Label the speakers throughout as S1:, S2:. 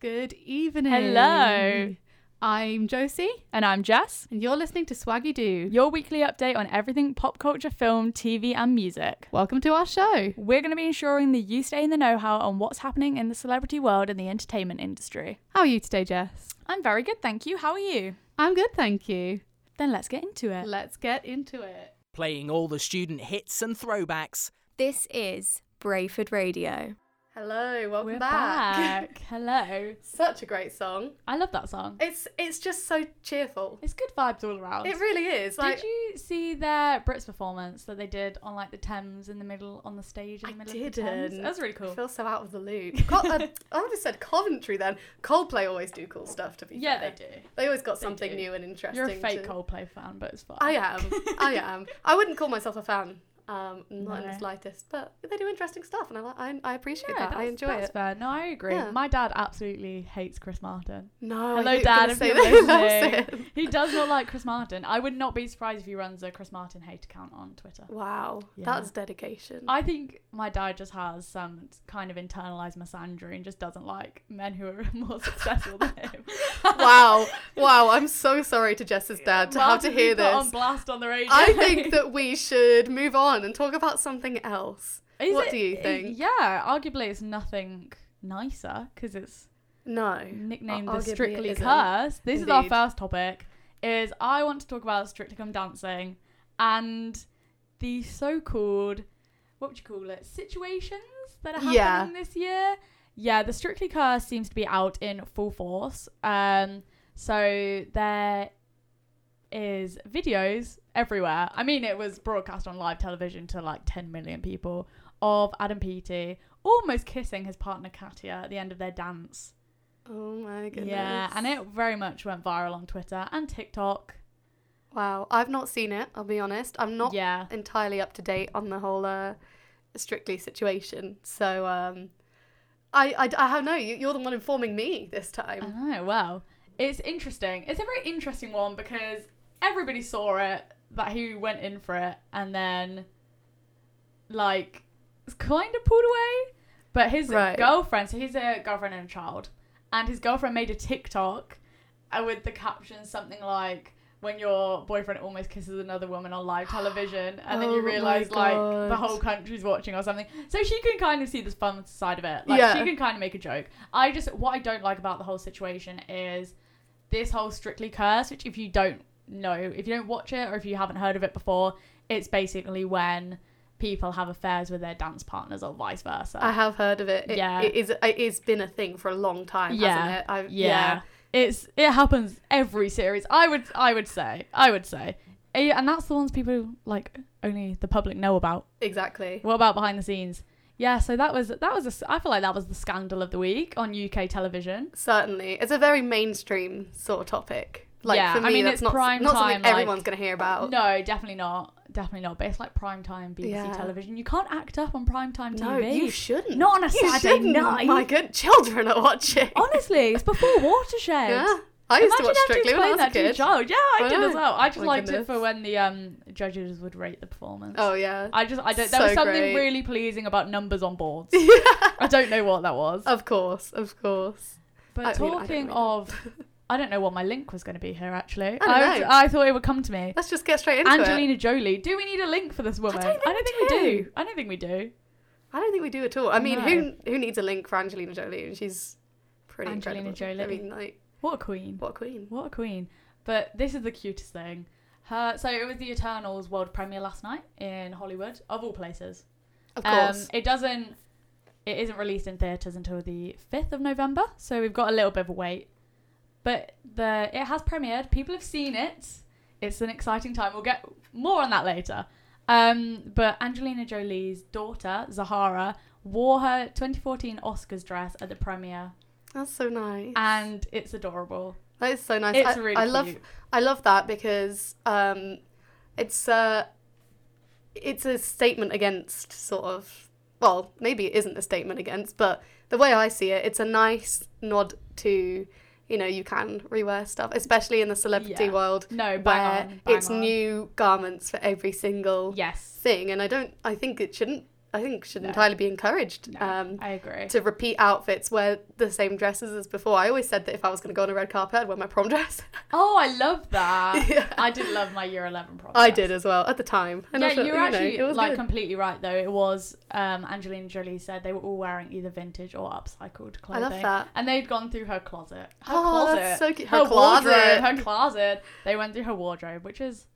S1: Good evening.
S2: Hello.
S1: I'm Josie,
S2: And I'm Jess,
S1: and you're listening to Swaggy Doo.
S2: your weekly update on everything pop culture, film, TV, and music.
S1: Welcome to our show.
S2: We're going to be ensuring that you stay in the know how on what's happening in the celebrity world and the entertainment industry.
S1: How are you today, Jess?
S2: I'm very good, thank you. How are you?
S1: I'm good, thank you.
S2: Then let's get into it.
S1: Let's get into it.
S3: playing all the student hits and throwbacks.
S4: This is Brayford Radio.
S1: Hello, welcome
S2: We're back. Hello.
S1: Such a great song.
S2: I love that song.
S1: It's it's just so cheerful.
S2: It's good vibes all around.
S1: It really is. Like
S2: did you see their Brits performance that they did on like the Thames in the middle on the stage in
S1: I
S2: the middle of the Thames?
S1: didn't.
S2: That was really cool.
S1: I feel so out of the loop. Co- uh, I would have said Coventry then. Coldplay always do cool stuff. To be
S2: yeah,
S1: fair.
S2: they do.
S1: They always got something
S2: do.
S1: new and interesting.
S2: You're a fake
S1: to-
S2: Coldplay fan, but it's fine.
S1: I am. I am. I wouldn't call myself a fan. Um, not in the
S2: No.
S1: slightest, but they do interesting stuff, and I li- I, I appreciate that. I
S2: that's-
S1: enjoy
S2: that's
S1: it.
S2: fair. No, I agree.
S1: Yeah.
S2: My dad absolutely hates Chris Martin. Hello,
S1: No, I thought you were
S2: Dad,
S1: gonna
S2: if
S1: say
S2: you're
S1: that. That's
S2: listening.
S1: it.
S2: He does not like Chris Martin. I would not be surprised if he runs a Chris Martin hate account on Twitter.
S1: Mm. Wow,
S2: Yeah.
S1: that's dedication.
S2: I think my dad just has some kind of internalized misandry and just doesn't like men who are more successful than him.
S1: wow, wow. I'm so sorry to Jess's dad to have to
S2: Martin, we
S1: hear
S2: put On
S1: this.
S2: blast on the radio.
S1: I think that we should move on and talk about something else.
S2: Is
S1: what
S2: it-
S1: do you think?
S2: Yeah, arguably it's nothing nicer because it's
S1: No,
S2: nicknamed
S1: Ar-
S2: the
S1: arguably it
S2: Strictly
S1: isn't.
S2: Curse. This is our
S1: Indeed.
S2: first topic. Is I want to talk about Strictly Come Dancing and the so-called what would you call it situations that are happening
S1: Yeah.
S2: this year. Yeah, the Strictly Curse seems to be out in full force. Um, so there is videos everywhere. I mean, it was broadcast on live television to like 10 million people of Adam Peaty almost kissing his partner Katia at the end of their dance.
S1: Oh my goodness.
S2: Yeah, and it very much went viral on Twitter and TikTok.
S1: Wow, I've not seen it. I'll be honest. I'm not
S2: yeah.
S1: entirely up to date on the whole uh, strictly situation. So um, I, I, I don't know. You, you're the one informing me this
S2: I
S1: time.
S2: know. Wow, it's interesting. It's a very interesting one because everybody saw it that he went in for it, and then like kind of pulled away. But his
S1: Right.
S2: girlfriend, so he's a girlfriend and a child, and his girlfriend made a TikTok uh, with the caption something like. When your boyfriend almost kisses another woman on live television, and then
S1: Oh
S2: you
S1: my
S2: realize like the
S1: God.
S2: whole country's watching or something, so she can kind of see this fun side of it. Like
S1: Yeah.
S2: she can kind of make a joke. I just what I don't like about the whole situation is this whole strictly curse, which if you don't know, if you don't watch it or if you haven't heard of it before, it's basically when people have affairs with their dance partners or vice versa.
S1: I have heard of it. it
S2: Yeah.
S1: it is. It has been a thing for a long time,
S2: Yeah.
S1: hasn't it? I,
S2: yeah. It's it happens every series. I would I would say. I would say. Eh, And that's the ones people like only the public know about.
S1: exactly.
S2: What about behind the scenes? Yeah, so that was that was a s I feel like that was the scandal of the week on UK television.
S1: Certainly, it's a very mainstream sort of topic. Like
S2: Yeah,
S1: for me,
S2: I mean,
S1: that's
S2: it's
S1: not
S2: prime
S1: not something
S2: time, like-
S1: everyone's going to hear about.
S2: No, definitely not. Definitely not. But it's like primetime BBC
S1: Yeah.
S2: television. You can't act up on primetime
S1: No,
S2: TV.
S1: you shouldn't.
S2: Not on a
S1: you
S2: Saturday
S1: shouldn't.
S2: night.
S1: My good children are watching.
S2: Honestly, it's before Watershed.
S1: yeah, I used
S2: Imagine
S1: to watch
S2: having
S1: Strictly when I
S2: explain
S1: was a
S2: that to your
S1: kid.
S2: child. Yeah, I,
S1: I
S2: did as
S1: know.
S2: well. I just
S1: My
S2: liked
S1: goodness.
S2: it for when the um, judges would rate the performance.
S1: Oh yeah,
S2: I just, I don't. There was
S1: So
S2: something
S1: great.
S2: really pleasing about numbers on boards. I don't know what that was.
S1: of course, of course.
S2: But
S1: I mean, I don't
S2: talking
S1: really know.
S2: of, I don't know what my link was going to be here. Actually,
S1: don't
S2: I, was-
S1: know.
S2: I thought it would come to me.
S1: Let's just get straight into it.
S2: Angelina Jolie. Do we need a link for this woman? I
S1: think
S2: don't think,
S1: we
S2: we, do.
S1: do.
S2: I don't think we do.
S1: I don't think we do at all. I mean,
S2: No.
S1: who who needs a link for Angelina Jolie? And she's pretty
S2: Angelina Jolie.
S1: incredible. I mean, like,
S2: What a queen.
S1: what a queen.
S2: What a queen. But this is the cutest thing. Her so it was the Eternals world premiere last night in Hollywood, of all places.
S1: Of
S2: Um,
S1: course.
S2: it doesn't it isn't released in theatres until the fifth of November, so we've got a little bit of a wait. But the it has premiered, people have seen it. It's an exciting time. We'll get more on that later. Um, but Angelina Jolie's daughter, Zahara, wore her 2014 Oscars dress at the premiere,
S1: That's so nice.
S2: and it's adorable.
S1: that is so nice.
S2: It's
S1: I,
S2: really
S1: I love
S2: cute.
S1: I love that because um, it's uh, it's a statement against sort of well, maybe it isn't a statement against, but the way I see it, it's a nice nod to you know you can rewear stuff, especially in the celebrity
S2: Yeah.
S1: world
S2: No, bang
S1: where
S2: on, bang
S1: it's
S2: on.
S1: new garments for every single
S2: Yes.
S1: thing and i don't i think it shouldn't I think should
S2: No.
S1: entirely be encouraged.
S2: No,
S1: Um,
S2: I agree.
S1: to repeat outfits, wear the same dresses as before. I always said that if I was going to go on a red carpet, I'd wear my prom dress.
S2: Oh, I love that.
S1: Yeah.
S2: I did love my year 11 project.
S1: I did as well at the time. And I
S2: yeah,
S1: thought,
S2: you were
S1: know,
S2: actually
S1: it was
S2: like um,
S1: good.
S2: completely right though. It was um, Angelina Jolie said they were all wearing either vintage or upcycled
S1: I
S2: clothing.
S1: love that.
S2: And they'd gone through her closet. Her
S1: Oh,
S2: closet.
S1: that's so cute.
S2: Her,
S1: Her closet.
S2: wardrobe. Her closet. They went through her wardrobe, which is,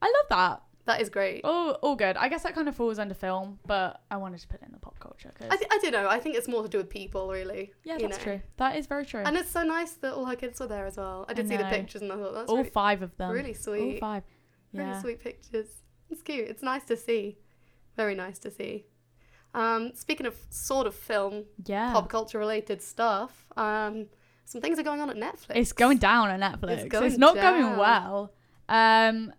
S2: I love that.
S1: That is great.
S2: Oh, all good. I guess that kind of falls under film, but I wanted to put it in the pop culture. 'cause-
S1: I, th- I don't know. I think it's more to do with people, really.
S2: yeah,
S1: you
S2: that's
S1: know.
S2: true. That is very true.
S1: And it's so nice that all her kids were there as well. I did see the
S2: know.
S1: pictures and I thought that's
S2: all
S1: really,
S2: five of them.
S1: really
S2: All
S1: sweet.
S2: five. Yeah.
S1: Really sweet pictures. It's cute. It's nice to see. Very nice to see. Um, speaking of sort of film,
S2: Yeah.
S1: pop culture related stuff, um, some things are going on at Netflix.
S2: It's going down on Netflix. It's,
S1: It's going
S2: not going
S1: down.
S2: well. Um,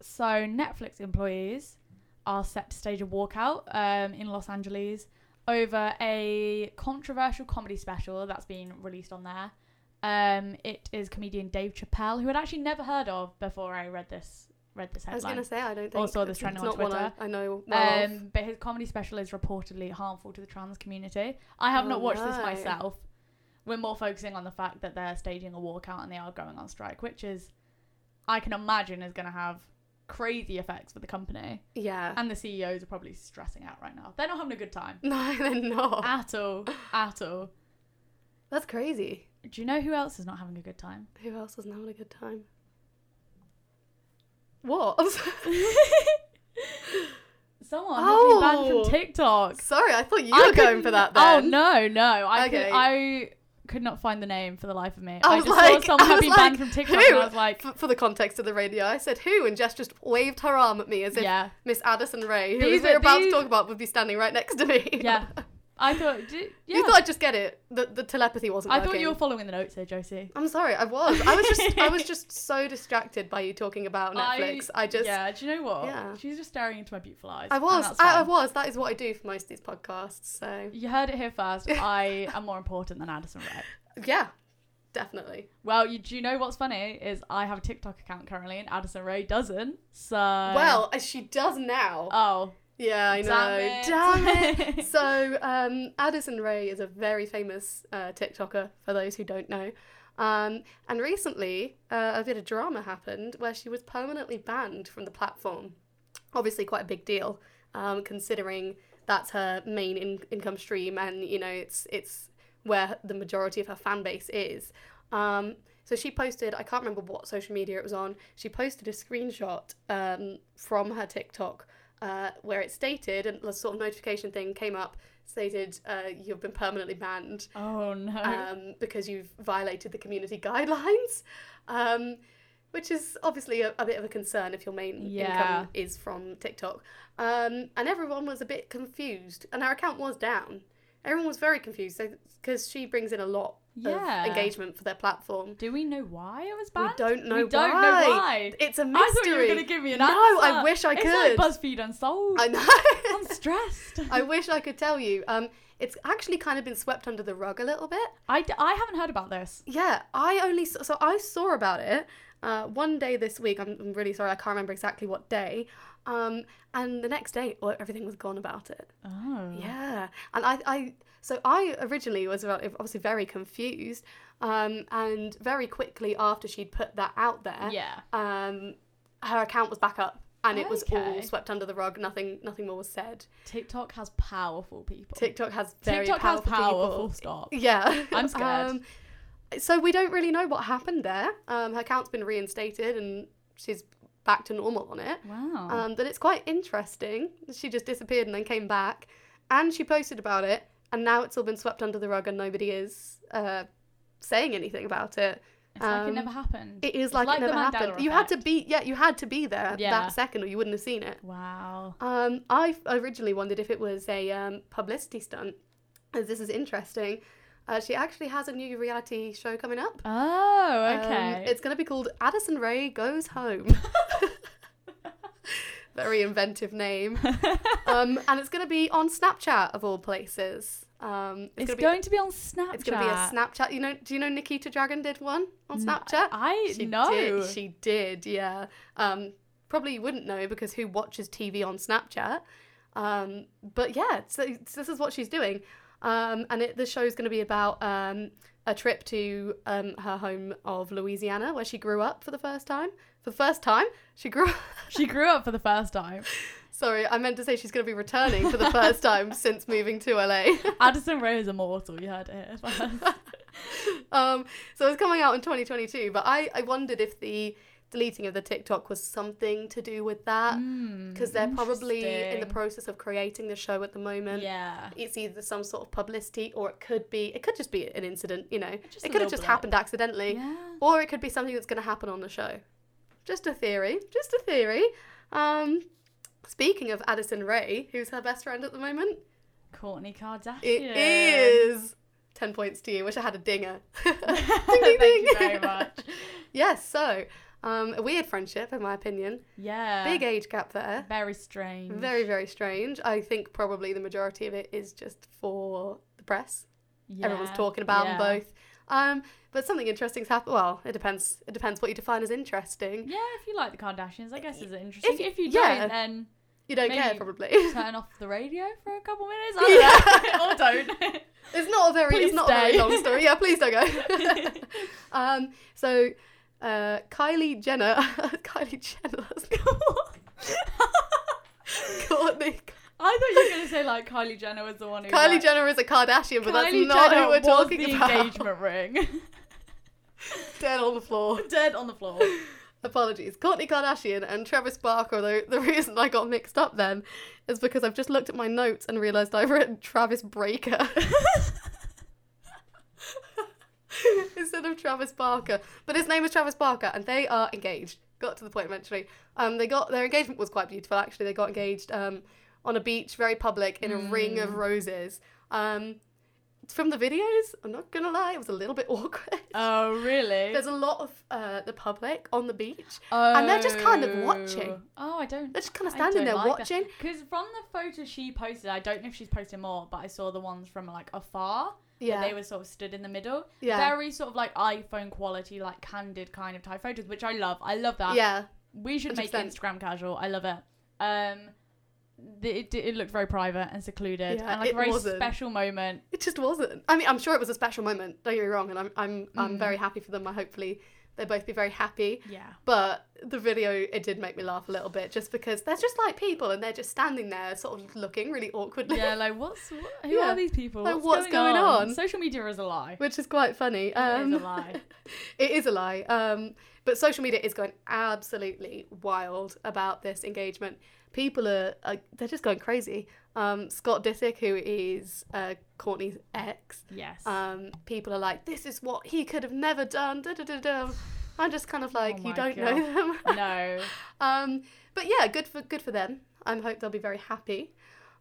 S2: so Netflix employees are set to stage a walkout um, in Los Angeles over a controversial comedy special that's been released on there. Um, it is comedian Dave Chappelle, who I'd actually never heard of before I read this read this
S1: I was
S2: headline.
S1: going to say, I don't think
S2: Or saw this
S1: it's,
S2: trend
S1: it's
S2: on
S1: not one I,
S2: Twitter.
S1: I know well of.
S2: Um, but his comedy special is reportedly harmful to the trans community. I have
S1: Oh,
S2: not watched this
S1: no.
S2: myself. We're more focusing on the fact that they're staging a walkout and they are going on strike, which is, I can imagine, is going to have crazy effects for the company.
S1: Yeah.
S2: And the CEOs are probably stressing out right now. They're not having a good time
S1: no, they're not.
S2: at all. At all.
S1: That's crazy.
S2: Do you know who else is not having a good time?
S1: Who else wasn't having a good time? What? I'm so-
S2: Someone has been banned
S1: Oh.
S2: from TikTok.
S1: sorry, I thought you
S2: I
S1: were going
S2: couldn't-
S1: for that then.
S2: Oh no, no. I
S1: Okay.
S2: could I could not find the name for the life of me.
S1: I
S2: I,
S1: was
S2: just
S1: like-
S2: saw someone
S1: I
S2: had
S1: was
S2: been
S1: like,
S2: banned from TikTok
S1: who?
S2: and I was like,
S1: For, for the context of the radio, I said who, and Jess just waved her arm at me as if
S2: yeah.
S1: Miss Addison Ray, who
S2: These
S1: as we're
S2: are-
S1: about
S2: these-
S1: to talk about, would be standing right next to me.
S2: Yeah. I thought d- yeah.
S1: You thought I'd just get it. The, the telepathy wasn't
S2: I
S1: working.
S2: thought you were following the notes here, Josie.
S1: I'm sorry, I was. I was just I was just so distracted by you talking about Netflix. I, just
S2: Yeah, do you know what?
S1: Yeah.
S2: She's just staring into my beautiful eyes.
S1: I
S2: and
S1: was.
S2: that's
S1: I, I
S2: fine.
S1: was. That is what I do for most of these podcasts. So
S2: You heard it here first. I am more important than Addison Rae.
S1: yeah. Definitely.
S2: Well, you, do you know what's funny is I have a TikTok account currently and Addison Rae doesn't. So
S1: well, as she does now.
S2: oh
S1: yeah, I know.
S2: damn it.
S1: Damn it. so, um, Addison Ray is a very famous uh, TikToker, for those who don't know. Um, and recently, uh, a bit of drama happened where she was permanently banned from the platform. Obviously, quite a big deal, um, considering that's her main in- income stream, and you know, it's it's where the majority of her fan base is. Um, so she posted, I can't remember what social media it was on, she posted a screenshot um, from her TikTok uh, where it stated, and a sort of notification thing came up, stated, uh, you've been permanently banned
S2: Oh no.
S1: um, because you've violated the community guidelines, um, which is obviously a, a bit of a concern if your main
S2: Yeah.
S1: income is from TikTok. Um, and everyone was a bit confused, and our account was down. Everyone was very confused because she brings in a lot
S2: Yeah.
S1: of engagement for their platform.
S2: Do we know why it was banned?
S1: We don't know
S2: We don't
S1: why.
S2: know why.
S1: It's a mystery.
S2: I thought you were going to give me an
S1: No,
S2: answer.
S1: I wish I could.
S2: It's like BuzzFeed Unsolved.
S1: I
S2: I'm,
S1: know.
S2: stressed.
S1: I wish I could tell you. Um, it's actually kind of been swept under the rug a little bit.
S2: I, d- I haven't heard about this.
S1: Yeah, I only s- so I saw about it uh, one day this week. I'm, I'm really sorry, I can't remember exactly what day. Um, and the next day, well, everything was gone about it.
S2: Oh.
S1: Yeah, and I, I so I originally was uh, obviously very confused, um, and very quickly after she'd put that out there,
S2: Yeah.
S1: um, her account was back up. And it was all
S2: Okay.
S1: swept under the rug. Nothing, nothing more was said.
S2: TikTok has powerful people.
S1: TikTok has very
S2: TikTok has
S1: powerful
S2: powerful
S1: people.
S2: stop.
S1: Yeah.
S2: I'm scared.
S1: Um, so we don't really know what happened there. Um, her account's been reinstated and she's back to normal on it.
S2: Wow.
S1: Um, but it's quite interesting. She just disappeared and then came back and she posted about it and now it's all been swept under the rug and nobody is uh, saying anything about it.
S2: it's like it
S1: um,
S2: never happened.
S1: It is
S2: It's
S1: like,
S2: like
S1: it never
S2: the Mandela
S1: happened. You had to
S2: effect.
S1: be yeah, you had to be there
S2: Yeah.
S1: that second or you wouldn't have seen it.
S2: Wow.
S1: Um, I f- originally wondered if it was a um, publicity stunt, as this is interesting. Uh, she actually has a new reality show coming up.
S2: Oh,
S1: Um,
S2: okay.
S1: it's going to be called Addison Ray Goes Home. Very inventive name. um, and it's going to be on Snapchat, of all places. Um,
S2: It's
S1: gonna be-
S2: going to be on Snapchat.
S1: It's going to be a Snapchat. You know, do you know Nikita Dragon did one on Snapchat?
S2: I
S1: She
S2: know.
S1: Did. She did, yeah. Um, probably you wouldn't know because who watches TV on Snapchat? Um, but yeah, so, so this is what she's doing. Um, and it, the show's going to be about um, a trip to um, her home of Louisiana, where she grew up for the first time. For the first time, she grew
S2: She grew up for the first time.
S1: Sorry, I meant to say she's going to be returning for the first time since moving to LA.
S2: Addison Rae is immortal. You heard it here first.
S1: um, so it's coming out in 2022, but I, I wondered if the deleting of the TikTok was something to do with that because they're probably in the
S2: Hmm, interesting.
S1: process of creating the show at the moment.
S2: yeah.
S1: It's either some sort of publicity or it could be, it could just be an incident, you know.
S2: Just a
S1: it could have
S2: little
S1: just
S2: blip.
S1: happened accidentally
S2: Yeah.
S1: or it could be something that's going to happen on the show. Just a theory, just a theory. Um, speaking of Addison Ray, who's her best friend at the moment,
S2: Courtney Kardashian.
S1: It is 10 points to you. Wish I had a dinger. ding, ding, ding.
S2: Thank you very much.
S1: yes, so um, a weird friendship, in my opinion.
S2: Yeah.
S1: Big age gap there.
S2: Very strange.
S1: Very, very strange. I think probably the majority of it is just for the press. Everyone's
S2: Yeah.
S1: talking about
S2: yeah.
S1: them both. Um, but something interesting's happened. Well, it depends. It depends what you define as interesting.
S2: Yeah, if you like the Kardashians, I guess is it interesting. If,
S1: If-
S2: you
S1: yeah.
S2: don't, then
S1: You don't care,
S2: Maybe.
S1: probably.
S2: turn off the radio for a couple minutes. I don't know. or don't.
S1: It's not a very
S2: Please
S1: it's not a very
S2: stay.
S1: long story. Yeah, please don't go. um, so uh, Kylie Jenner, Kylie Jenner, that's Courtney.
S2: I thought you were going to say like Kylie Jenner was the one who.
S1: Kylie
S2: like,
S1: Jenner is a Kardashian, but that's
S2: Kylie
S1: not
S2: Jenner
S1: who we're
S2: was
S1: talking
S2: the
S1: about.
S2: engagement ring.
S1: Dead on the floor.
S2: Dead on the floor.
S1: Apologies. Courtney Kardashian and Travis Barker, though the reason I got mixed up then is because I've just looked at my notes and realised I've written Travis Breaker. Instead of Travis Barker. But his name is Travis Barker and they are engaged. Got to the point eventually. Um they got their engagement was quite beautiful actually. They got engaged um on a beach, very public, in a ring of roses. Um from the videos, I'm not gonna lie, it was a little bit awkward.
S2: Oh really?
S1: There's a lot of uh, the public on the beach. and they're just kind of watching.
S2: Oh. Oh, I don't.
S1: They're just kind of standing there watching.
S2: Because from the photo she posted, I don't know if she's posted more, but I saw the ones from like afar. Yeah.
S1: Yeah.
S2: They were sort of stood in the middle.
S1: Yeah.
S2: Very sort of like iPhone quality, like candid kind of type photos, which I love. I love that.
S1: yeah.
S2: We should make
S1: 100%.
S2: Instagram casual. I love it. Um, the, it, it looked very private and secluded,
S1: Yeah,
S2: and like a
S1: it
S2: very
S1: wasn't.
S2: special moment.
S1: It just wasn't. I mean, I'm sure it was a special moment. Don't get me wrong, and I'm I'm I'm
S2: Mm.
S1: very happy for them. I hopefully they both be very happy.
S2: Yeah.
S1: But the video it did make me laugh a little bit just because they're just like people and they're just standing there sort of looking really awkwardly.
S2: Yeah, like what's what, who
S1: Yeah.
S2: are these people?
S1: Like, what's going on?
S2: Social media is a lie.
S1: Which is quite funny. Um,
S2: it is a lie.
S1: It is a lie. Um, but social media is going absolutely wild about this engagement. People are, are they're just going crazy. Um, Scott Disick, who is uh, Courtney's ex,
S2: Yes.
S1: um, people are like, "This is what he could have never done." Da, da, da, da. I'm just kind of like,
S2: Oh my
S1: you don't
S2: God.
S1: know them.
S2: no.
S1: um, but yeah, good for good for them. I hope they'll be very happy.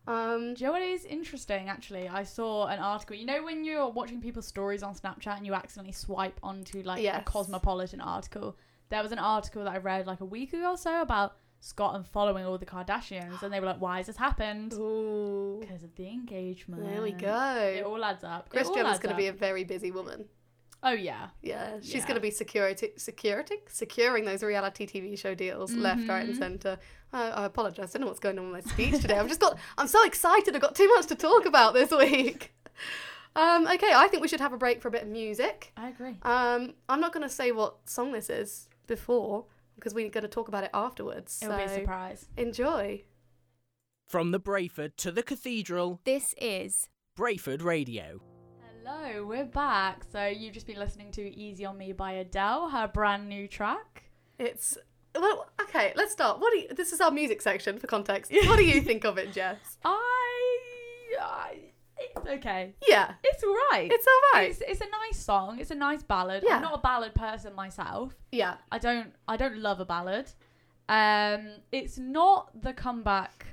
S1: Um,
S2: Do you know what is interesting? Actually, I saw an article. You know when you're watching people's stories on Snapchat and you accidentally swipe onto like a
S1: Yes.
S2: cosmopolitan article. There was an article that I read like a week ago or so about Scott and following all the Kardashians, and they were like, "Why has this happened?
S1: ooh,
S2: Because of the engagement."
S1: there we
S2: It
S1: go.
S2: all adds up.
S1: Chris
S2: It all
S1: Jenner's
S2: adds
S1: going to
S2: up.
S1: be a very busy woman.
S2: oh yeah.
S1: Yeah, she's
S2: Yeah.
S1: going to be security, security, securing those reality TV show deals left, right, and
S2: Mm-hmm.
S1: centre. I, I apologise. I don't know what's going on with my speech today. I've just got. I'm so excited. I've got too much to talk about this week. Um, okay, I think we should have a break for a bit of music.
S2: I agree.
S1: Um, I'm not going to say what song this is before because we're going to talk about it afterwards.
S2: It'll be a
S1: so
S2: surprise.
S1: Enjoy.
S3: From the Brayford to the Cathedral,
S4: This is
S3: Brayford Radio.
S2: Hello, we're back. So you've just been listening to "Easy on Me" by Adele, her brand new track.
S1: It's well, okay. Let's start. What do you, this is our music section for context. What do you think of it, Jess?
S2: I, I it's okay.
S1: Yeah,
S2: It's alright.
S1: it's all right.
S2: It's, it's a nice song. It's a nice ballad.
S1: Yeah.
S2: I'm not a ballad person myself.
S1: yeah.
S2: I don't I don't love a ballad. Um it's not the comeback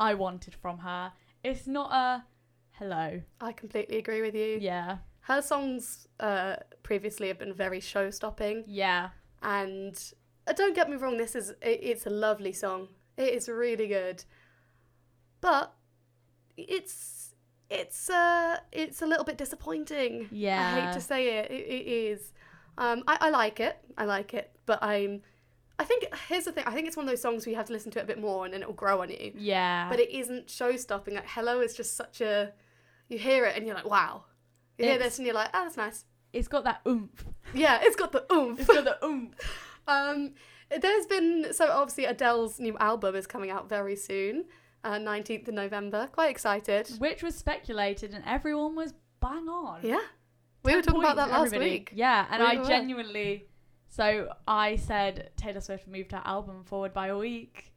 S2: I wanted from her. It's not a hello.
S1: I completely agree with you.
S2: Yeah.
S1: Her songs uh, previously have been very show stopping,
S2: Yeah.
S1: and uh, don't get me wrong, this is it, it's a lovely song. It is really good, but it's it's uh it's a little bit disappointing. I
S2: Yeah.
S1: hate to say it, it, it is. Um, I, I like it, I like it, but I'm I think here's the thing. I think it's one of those songs where you have to listen to it a bit more, and then it will grow on you.
S2: Yeah.
S1: But it isn't show stopping. Like Hello is just such a. You hear it and you're like, wow. You hear
S2: It's-
S1: this and you're like, oh, that's nice.
S2: it's got that oomph.
S1: Yeah, it's got the oomph.
S2: It's got the oomph.
S1: Um, there's been so obviously Adele's new album is coming out very soon, uh, nineteenth of November. Quite excited.
S2: Which was speculated and everyone was bang on.
S1: Yeah, we were talking about that
S2: Points,
S1: last
S2: everybody.
S1: week.
S2: Yeah, and
S1: We
S2: I
S1: were.
S2: genuinely. So I said Taylor Swift moved her album forward by a week,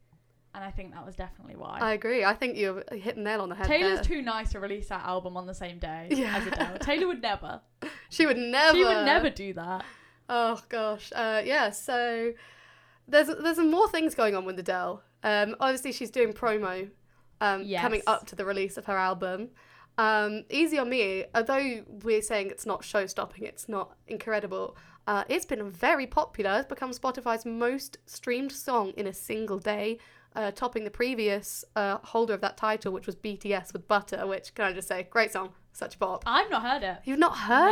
S2: and I think that was definitely why.
S1: I agree. I think you're hitting nail on the head.
S2: Taylor's
S1: there.
S2: too nice to release that album on the same day
S1: Yeah.
S2: as Adele. Taylor would never.
S1: she would never.
S2: She would never do that.
S1: Oh gosh. Uh, yeah. So there's there's more things going on with Adele. Um, obviously she's doing promo. Um,
S2: Yes.
S1: coming up to the release of her album. Um, Easy on Me, although we're saying it's not show stopping, it's not incredible. Uh, it's been very popular. It's become Spotify's most streamed song in a single day, uh, topping the previous uh, holder of that title, which was BTS with Butter. Which can I just say, great song, such a bop.
S2: I've not heard it.
S1: You've not heard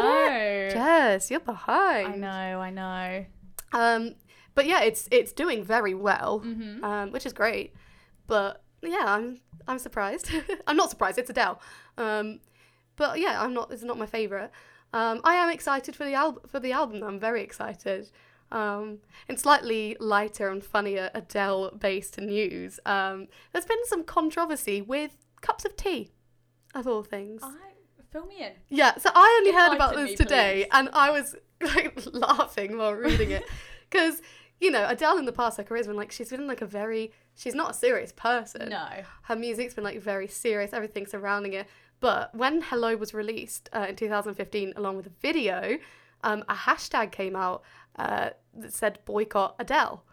S2: no.
S1: it? Jess, you're behind.
S2: I know. I know.
S1: Um, but yeah, it's it's doing very well, um, which is great. But yeah, I'm I'm surprised. I'm not surprised. It's Adele. Um, but yeah, I'm not. It's not my favorite. Um, I am excited for the album. For the album, I'm very excited. Um, and slightly lighter and funnier Adele-based news. Um, there's been some controversy with cups of tea, of all things.
S2: I fill me in.
S1: Yeah, so I only heard about
S2: Enlighten
S1: this
S2: me,
S1: today,
S2: please.
S1: and I was like laughing while reading it because you know Adele in the past, her career's been like she's been like a very she's not a serious person.
S2: No.
S1: Her music's been like very serious, everything surrounding it. But when Hello was released uh, in 2015, along with a video, um, a hashtag came out uh, that said boycott Adele,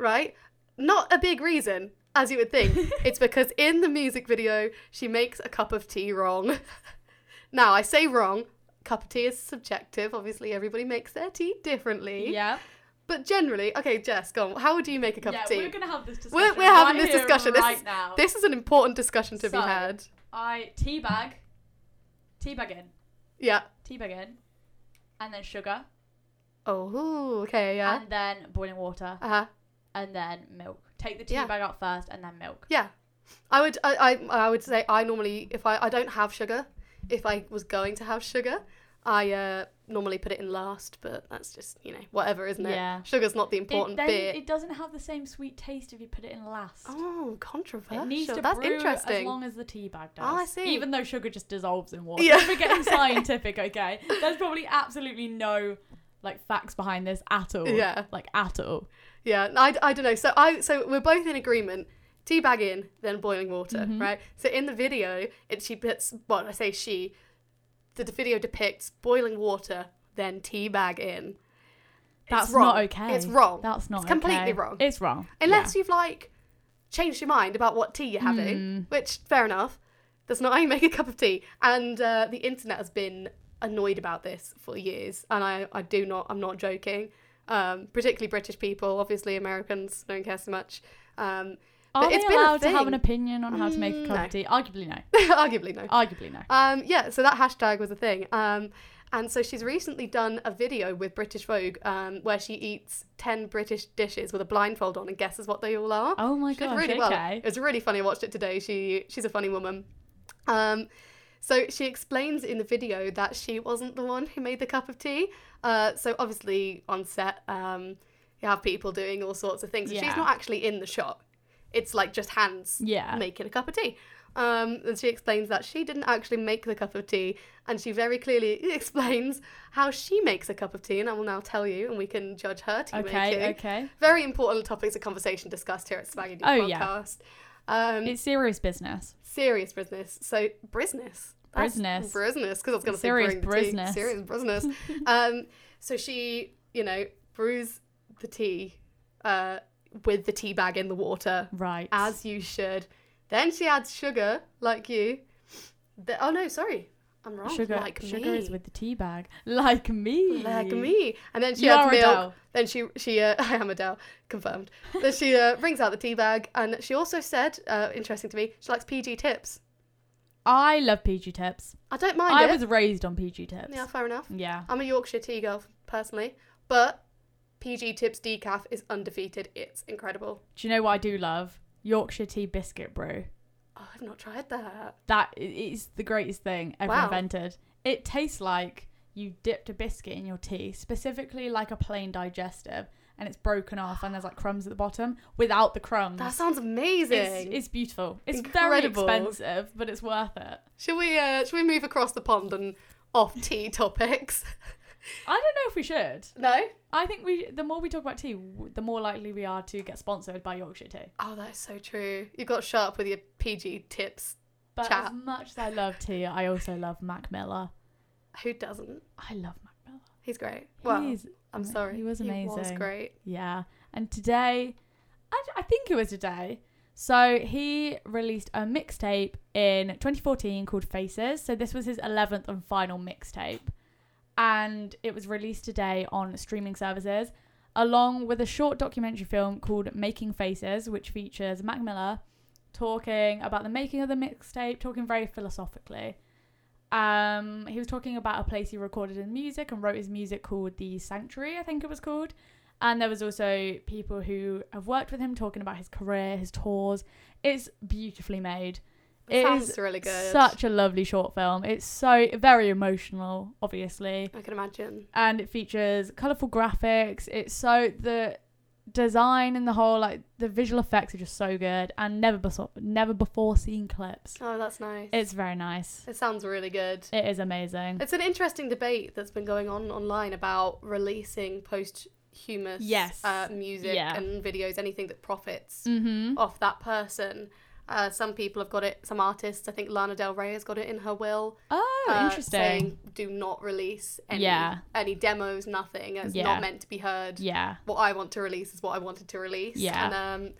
S1: right? Not a big reason, as you would think. it's because in the music video, she makes a cup of tea wrong. now, I say wrong, cup of tea is subjective. Obviously, everybody makes their tea differently.
S2: Yeah.
S1: But generally, okay, Jess, go on. How would you make a cup
S2: yeah.
S1: of tea?
S2: We're gonna have this discussion.
S1: We're, we're having
S2: right
S1: this
S2: here,
S1: discussion. This,
S2: right
S1: is-
S2: now.
S1: this is an important discussion to be
S2: So-
S1: had.
S2: I teabag, teabag in,
S1: Yeah.
S2: teabag in, and then sugar,
S1: Oh, okay, yeah.
S2: and then boiling water,
S1: Uh huh.
S2: and then milk. Take the tea
S1: Yeah.
S2: bag out first, and then milk.
S1: Yeah. I would I, I I would say I normally if I I don't have sugar, if I was going to have sugar, I uh normally put it in last, but that's just, you know, whatever, isn't it?
S2: Yeah.
S1: Sugar's not the
S2: It,
S1: important
S2: then
S1: bit.
S2: it doesn't have the same sweet taste if you put it in last.
S1: oh, controversial.
S2: It needs to
S1: that's
S2: brew
S1: interesting.
S2: as long as the tea bag does.
S1: Oh, I see.
S2: Even though sugar just dissolves in water.
S1: Yeah.
S2: We're getting scientific, okay? There's probably absolutely no like facts behind this at all.
S1: Yeah.
S2: Like at all.
S1: Yeah, and I, I don't know. So I so we're both in agreement. Teabag in, then boiling water,
S2: Mm-hmm.
S1: right? So in the video, it she puts well, I say she, the d- video depicts boiling water, then teabag in.
S2: That's
S1: wrong.
S2: not okay.
S1: It's wrong.
S2: That's not
S1: It's completely
S2: okay.
S1: wrong.
S2: It's wrong.
S1: Unless you've like changed your mind about what tea you're having,
S2: Hmm.
S1: which fair enough. That's not how you make a cup of tea. And uh, the internet has been annoyed about this for years, and I, I do not. I'm not joking. Um, particularly British people, obviously Americans don't care so much. Um,
S2: Are
S1: but
S2: they
S1: it's been a
S2: allowed to have an
S1: thing.
S2: opinion on how to make a
S1: Mm,
S2: cup
S1: no.
S2: of tea? Arguably no.
S1: Arguably, no.
S2: Arguably no.
S1: Um, yeah, so that hashtag was a thing. Um, and so she's recently done a video with British Vogue um, where she eats 10 British dishes with a blindfold on and guesses what they all are.
S2: Oh my
S1: she did
S2: gosh,
S1: really well.
S2: okay.
S1: It was really funny. I watched it today. She She's a funny woman. Um, so she explains in the video that she wasn't the one who made the cup of tea. Uh, so obviously on set, um, you have people doing all sorts of things. And
S2: Yeah.
S1: She's not actually in the shot. It's like just hands
S2: Yeah.
S1: making a cup of tea. Um, and she explains that she didn't actually make the cup of tea, and she very clearly explains how she makes a cup of tea, and I will now tell you, and we can judge her tea making.
S2: Okay, okay.
S1: Very important topics of conversation discussed here at Spaghetti
S2: Oh, yeah.
S1: Podcast. Um,
S2: It's serious business.
S1: serious business. So business. That's
S2: Business.
S1: Business, because I was going to say
S2: Serious
S1: brewing the tea.
S2: business.
S1: Serious business. um, so she, you know, brews the tea uh, with the tea bag in the water
S2: Right.
S1: as you should. Then she adds sugar, like you. The- oh no, sorry, I'm wrong.
S2: sugar
S1: like
S2: sugar
S1: me.
S2: is with the tea bag. Like me.
S1: like me. And then she
S2: You
S1: adds
S2: are
S1: milk.
S2: Adele.
S1: Then she she uh, I am Adele, confirmed. Then she uh, brings out the tea bag, and she also said, uh, interesting to me, she likes PG tips.
S2: I love PG tips.
S1: I don't mind
S2: I
S1: it.
S2: was raised on PG tips.
S1: Yeah, fair enough.
S2: Yeah.
S1: I'm a Yorkshire tea girl personally, but PG Tips Decaf is undefeated. It's incredible.
S2: Do you know what I do love? Yorkshire tea biscuit brew.
S1: Oh, I've not tried that.
S2: That i- is the greatest thing ever
S1: Wow.
S2: invented. It tastes like you dipped a biscuit in your tea, specifically like a plain digestive, and it's broken off and there's like crumbs at the bottom without the crumbs.
S1: That sounds amazing.
S2: it's, it's beautiful. It's
S1: Incredible.
S2: very expensive, but it's worth it.
S1: Should we uh, should we move across the pond and off tea topics?
S2: I don't know if we should.
S1: No.
S2: I think we the more we talk about tea, w- the more likely we are to get sponsored by Yorkshire Tea.
S1: Oh, that is so true. You got sharp with your PG tips.
S2: But as
S1: Chat.
S2: much as I love tea, I also love Mac Miller.
S1: Who doesn't?
S2: I love Mac Miller.
S1: He's great. Well,
S2: He's
S1: I'm
S2: ama-
S1: sorry.
S2: He was amazing.
S1: He was great.
S2: Yeah. And today, I, I think it was today. So he released a mixtape in 2014 called Faces. So this was his 11th and final mixtape. And it was released today on streaming services, along with a short documentary film called Making Faces, which features Mac Miller talking about the making of the mixtape, talking very philosophically. Um, he was talking about a place he recorded his music and wrote his music called The Sanctuary, I think it was called. And there was also people who have worked with him talking about his career, his tours. It's beautifully made. It
S1: sounds
S2: is
S1: really good.
S2: such a lovely short film. It's so very emotional, obviously,
S1: I can imagine.
S2: and it features colorful graphics. It's so the design and the whole like the visual effects are just so good and never before never before seen clips.
S1: Oh, that's nice.
S2: It's very nice.
S1: it sounds really good.
S2: It is amazing.
S1: It's an interesting debate that's been going on online about releasing posthumous
S2: Yes.
S1: uh, music
S2: Yeah.
S1: and videos, anything that profits
S2: Mm-hmm.
S1: off that person. Uh, some people have got it. Some artists, I think Lana Del Rey has got it in her will.
S2: Oh,
S1: uh,
S2: interesting.
S1: Saying do not release any
S2: Yeah.
S1: any demos, nothing. It's
S2: Yeah.
S1: not meant to be heard.
S2: yeah.
S1: What I want to release is what I wanted to release.
S2: Yeah.
S1: And um,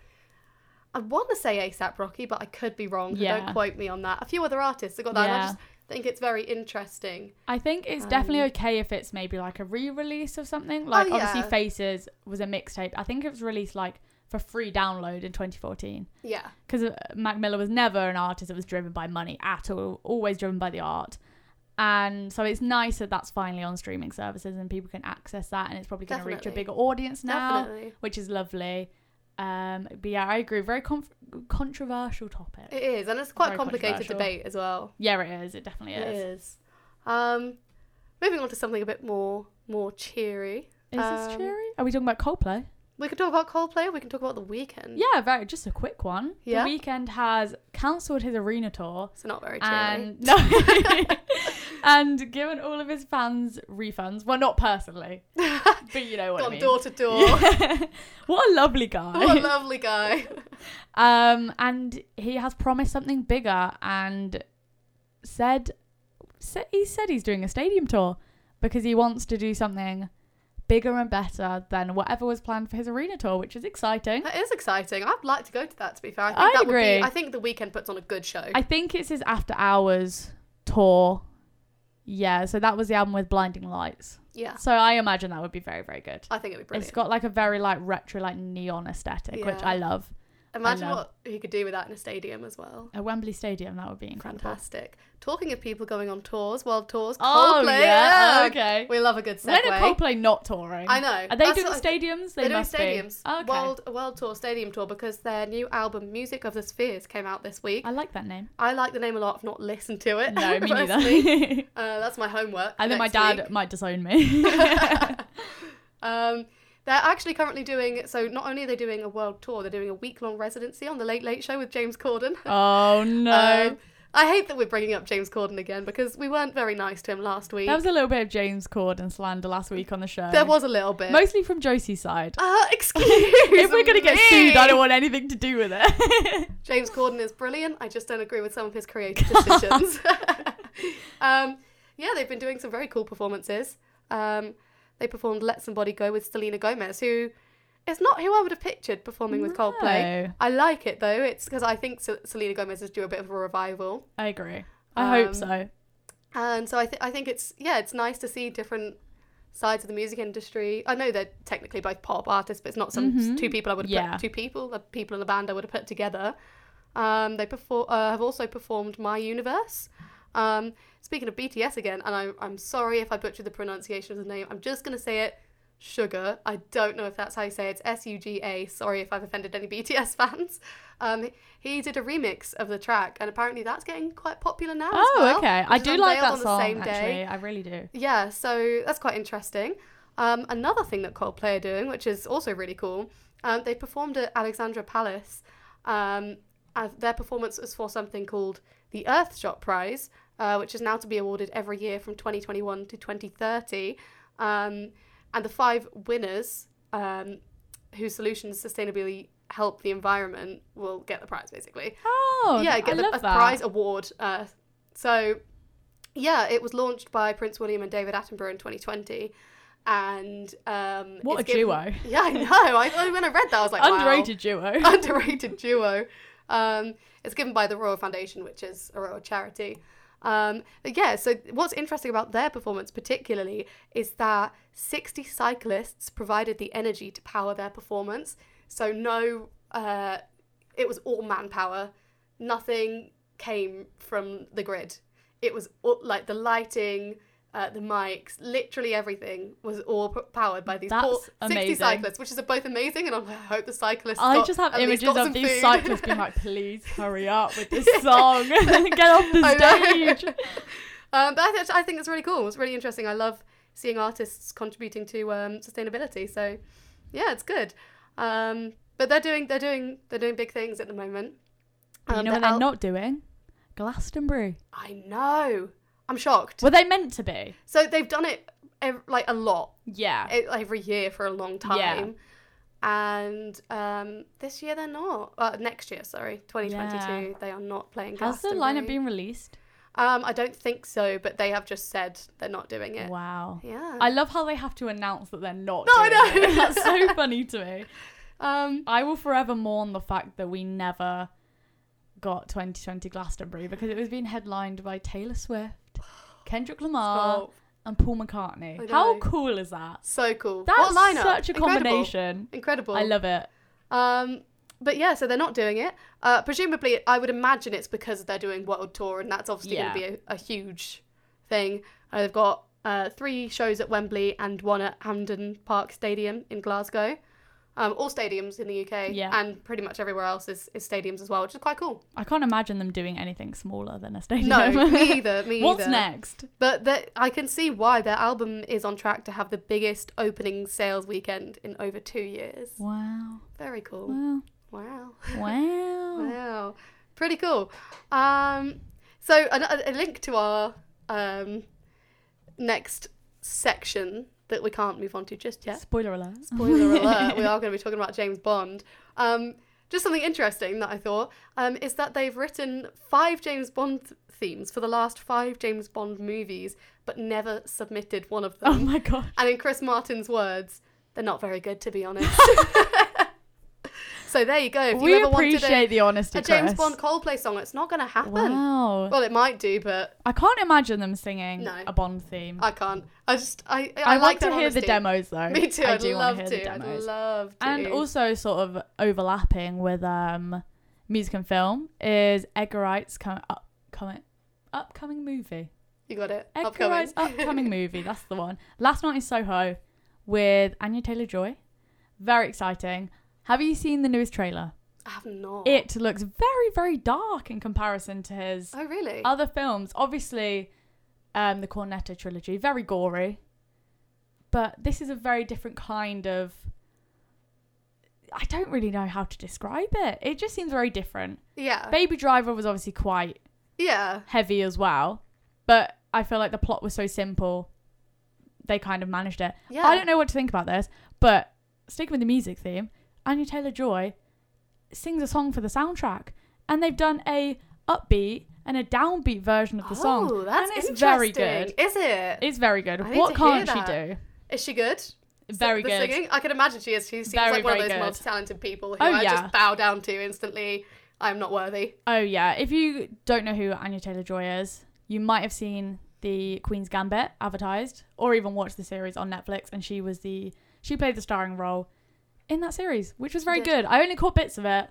S1: I want to say ASAP Rocky, but I could be wrong. so
S2: Yeah.
S1: Don't quote me on that. A few other artists have got that. and
S2: Yeah.
S1: I just think it's very interesting.
S2: I think it's definitely
S1: Um, Oh,
S2: okay if it's maybe like a re-release of something. Like obviously
S1: yeah.
S2: Faces was a mixtape. I think it was released like for free download in 2014
S1: Yeah.
S2: because uh, Mac Miller was never an artist that was driven by money at all, always driven by the art. And so it's nice that that's finally on streaming services and people can access that and it's probably going to reach a
S1: Definitely.
S2: bigger audience now,
S1: Definitely.
S2: which is lovely. Um, but yeah, I agree. Very conf- controversial topic.
S1: It is, and it's quite a
S2: Very
S1: complicated
S2: controversial.
S1: debate as well.
S2: yeah, it is. It definitely
S1: It
S2: is.
S1: is. Um, moving on to something a bit more more cheery.
S2: Is this
S1: Um, Mm.
S2: cheery? Are we talking about Coldplay?
S1: We can talk about Coldplay. We can talk about the weekend.
S2: Yeah, very just a quick one.
S1: Yeah.
S2: The weekend has cancelled his arena tour
S1: So not very cheery.
S2: and no, and given all of his fans refunds. Well, not personally, but you know what I
S1: Gone
S2: mean.
S1: door to door.
S2: Yeah. what a lovely guy.
S1: What a lovely guy.
S2: um, and he has promised something bigger and said, said he said he's doing a stadium tour because he wants to do something bigger and better than whatever was planned for his arena tour, which is exciting.
S1: That is exciting. I'd like to go to that. To be fair, I think
S2: I
S1: that Would
S2: agree.
S1: be, I think the weekend puts on a good show.
S2: I think it's his after hours tour. Yeah, so that was the album with blinding lights.
S1: yeah,
S2: So I imagine that would be very, very good.
S1: I think it'd be Ah. brilliant.
S2: It's got like a very like retro, like neon aesthetic, which
S1: Yeah.
S2: I love.
S1: Imagine
S2: I know.
S1: what he could do with that in a stadium as well.
S2: At Wembley Stadium, that would be incredible.
S1: Fantastic. Talking of people going on tours, world tours, Coldplay.
S2: Oh yeah,
S1: yeah.
S2: okay.
S1: We love a good
S2: When
S1: segue.
S2: are Coldplay not touring?
S1: I know.
S2: Are they
S1: That's
S2: doing
S1: what I-
S2: stadiums? They
S1: They're doing
S2: must be.
S1: stadiums.
S2: Oh, Okay.
S1: World World Tour Stadium Tour because their new album Music of the Spheres came out this week.
S2: I like that name.
S1: I like the name a lot. I've not listened to it.
S2: No, me neither.
S1: personally. uh, that's my homework.
S2: I think my
S1: next
S2: dad
S1: week.
S2: might disown me.
S1: Um, they're actually currently doing so. Not only are they doing a world tour, they're doing a week long residency on the Late Late Show with James Corden.
S2: oh no.
S1: Um, I hate that we're bringing up James Corden again because we weren't very nice to him last week.
S2: That was a little bit of James Corden slander last week on the show.
S1: there was a little bit.
S2: mostly from Josie's side.
S1: uh, excuse.
S2: if we're gonna get sued, I
S1: me.
S2: don't want anything to do with it.
S1: James Corden is brilliant. I just don't agree with some of his creative decisions. um, yeah, they've been doing some very cool performances. Um, they performed "Let Somebody Go" with Selena Gomez, who is not who I would have pictured performing with Coldplay.
S2: No.
S1: I like it though. It's because I think Se- Selena Gomez is due a bit of a revival,
S2: I agree. I
S1: Um,
S2: hope so.
S1: and so I think I think it's yeah, it's nice to see different sides of the music industry. I know they're technically both pop artists, but it's not some
S2: Mhm.
S1: two people I would have
S2: Yeah.
S1: put two people, the people in the band I would have put together. Um, they perfor- uh, have also performed My Universe. Um, speaking of BTS again, and I, I'm sorry if I butchered the pronunciation of the name, I'm just going to say it Sugar. I don't know if that's how you say it. It's S U G A. Sorry if I've offended any BTS fans. Um, he did a remix of the track, and apparently that's getting quite popular now. as
S2: Oh,
S1: well,
S2: okay.
S1: which
S2: I
S1: was
S2: do like
S1: unveiled
S2: that
S1: on the
S2: song.
S1: same day.
S2: Actually, I really do.
S1: Yeah, so that's quite interesting. Um, another thing that Coldplay are doing, which is also really cool, um, they performed at Alexandra Palace. Um, and their performance was for something called the Earthshot Prize, uh, which is now to be awarded every year from 2021 to 2030. Um, and the five winners, um, whose solutions sustainably help the environment, will get the prize basically
S2: Oh,
S1: yeah,
S2: I
S1: get the,
S2: love
S1: a
S2: that.
S1: prize award. Uh, so, yeah, it was launched by Prince William and David Attenborough in 2020, and um,
S2: What
S1: it's
S2: a
S1: given-
S2: duo.
S1: Yeah, I know. I thought when I read that, I was like,
S2: Underrated
S1: wow.
S2: duo.
S1: underrated duo. Um, it's given by the Royal Foundation, which is a royal charity. Um, but yeah, so what's interesting about their performance, particularly, is that 60 cyclists provided the energy to power their performance. So, no, uh, it was all manpower. Nothing came from the grid. It was all, like the lighting, uh, the mics, literally everything was all p- powered by these
S2: That's
S1: poor 60
S2: amazing.
S1: cyclists, which is both amazing. And I'm like, I hope the cyclists.
S2: I
S1: got-
S2: just have
S1: at least
S2: images
S1: got
S2: of
S1: some
S2: these
S1: food.
S2: cyclists being like, please hurry up with this song. Get off
S1: I know.
S2: the stage.
S1: Um, but I, th- I think it's really cool. It's really interesting. I love seeing artists contributing to um, sustainability. So yeah, it's good. Um, but they're doing they're doing they're doing big things at the moment. Um,
S2: But you know
S1: they're
S2: what they're
S1: out-
S2: not doing? Glastonbury.
S1: I know. I'm shocked.
S2: Were they meant to be?
S1: So they've done it ev- like a lot
S2: Yeah.
S1: e- every year for a long
S2: Yeah.
S1: time. And um, this year they're not. Uh, next year, sorry, 2022, they are not playing.
S2: Has the
S1: Glastonbury.
S2: lineup been released?
S1: Um, I don't think so, but they have just said they're not doing it.
S2: Wow.
S1: Yeah.
S2: I love how they have to announce that they're not.
S1: No, I
S2: doing
S1: know.
S2: it. That's so funny to me.
S1: um,
S2: I will forever mourn the fact that we never got 2020 Glastonbury because it was being headlined by Taylor Swift, Kendrick Lamar,
S1: oh,
S2: and Paul McCartney.
S1: I
S2: How
S1: know.
S2: cool is that?
S1: so cool.
S2: That's
S1: what a lineup.
S2: such a
S1: Incredible.
S2: combination.
S1: Incredible.
S2: I love it.
S1: Um, but yeah, so they're not doing it. Uh, presumably, I would imagine it's because they're doing World Tour, and that's obviously
S2: Yeah.
S1: going to be a, a huge thing. Uh, they've got uh, three shows at Wembley and one at Hampden Park Stadium in Glasgow. Um, all stadiums in the UK,
S2: Yeah.
S1: and pretty much everywhere else is, is stadiums as well, which is quite cool.
S2: I can't imagine them doing anything smaller than a stadium.
S1: No, me either. Me
S2: What's
S1: either.
S2: next?
S1: But the, I can see why their album is on track to have the biggest opening sales weekend in over two years.
S2: Wow.
S1: Very cool.
S2: Wow.
S1: Wow.
S2: Wow.
S1: Wow, pretty cool. Um, so a, a link to our um, next section that we can't move on to just yet.
S2: Spoiler alert.
S1: Spoiler alert: We are going to be talking about James Bond. Um, just something interesting that I thought um, is that they've written five James Bond themes for the last five James Bond movies, but never submitted one of
S2: Oh
S1: them.
S2: my god.
S1: And in Chris Martin's words, they're not very good, to be honest. so there you go. If you
S2: We
S1: ever wanted a,
S2: appreciate the honesty,
S1: a James
S2: Chris.
S1: Bond Coldplay song. It's not going to happen.
S2: Wow.
S1: Well, it might do, but
S2: I can't imagine them singing
S1: No.
S2: a Bond theme. I,
S1: I can't. I just I I,
S2: want
S1: like
S2: to
S1: their
S2: hear the
S1: honesty.
S2: demos though.
S1: Me too.
S2: I
S1: would
S2: do
S1: love
S2: want to
S1: to.
S2: hear the
S1: I'd
S2: demos.
S1: love to.
S2: And also sort of overlapping with um music and film is Edgar Wright's com- up, coming upcoming movie.
S1: you got it.
S2: Edgar
S1: Upcoming.
S2: Wright's upcoming movie. That's the one. Last Night in Soho with Anya Taylor Joy. Very exciting. Have you seen the newest trailer?
S1: I have not.
S2: It looks very, very dark in comparison to his
S1: Oh really?
S2: other films. Obviously, um, the Cornetto trilogy, very gory. But this is a very different kind of. I don't really know how to describe it. It just seems very different.
S1: yeah.
S2: Baby Driver was obviously quite
S1: yeah.
S2: heavy as well, but I feel like the plot was so simple, they kind of managed it.
S1: Yeah.
S2: I don't know what to think about this, but sticking with the music theme, Anya Taylor Joy sings a song for the soundtrack, and they've done a upbeat and a downbeat version of the song.
S1: Oh, that's
S2: and it's
S1: interesting.
S2: very good.
S1: Is it?
S2: It's very good.
S1: I need
S2: What
S1: to hear
S2: can't she
S1: that.
S2: do?
S1: Is she good?
S2: Very
S1: the
S2: good.
S1: Singing? I can imagine she is. She seems
S2: Very,
S1: like one of
S2: very
S1: those
S2: good.
S1: multi-talented people who
S2: Oh,
S1: I
S2: yeah.
S1: just bow down to instantly. I'm not worthy.
S2: Oh yeah. If you don't know who Anya Taylor Joy is, you might have seen the Queen's Gambit advertised, or even watched the series on Netflix, and she was the she played the starring role in that series, which was very
S1: did.
S2: good. I only caught bits of it,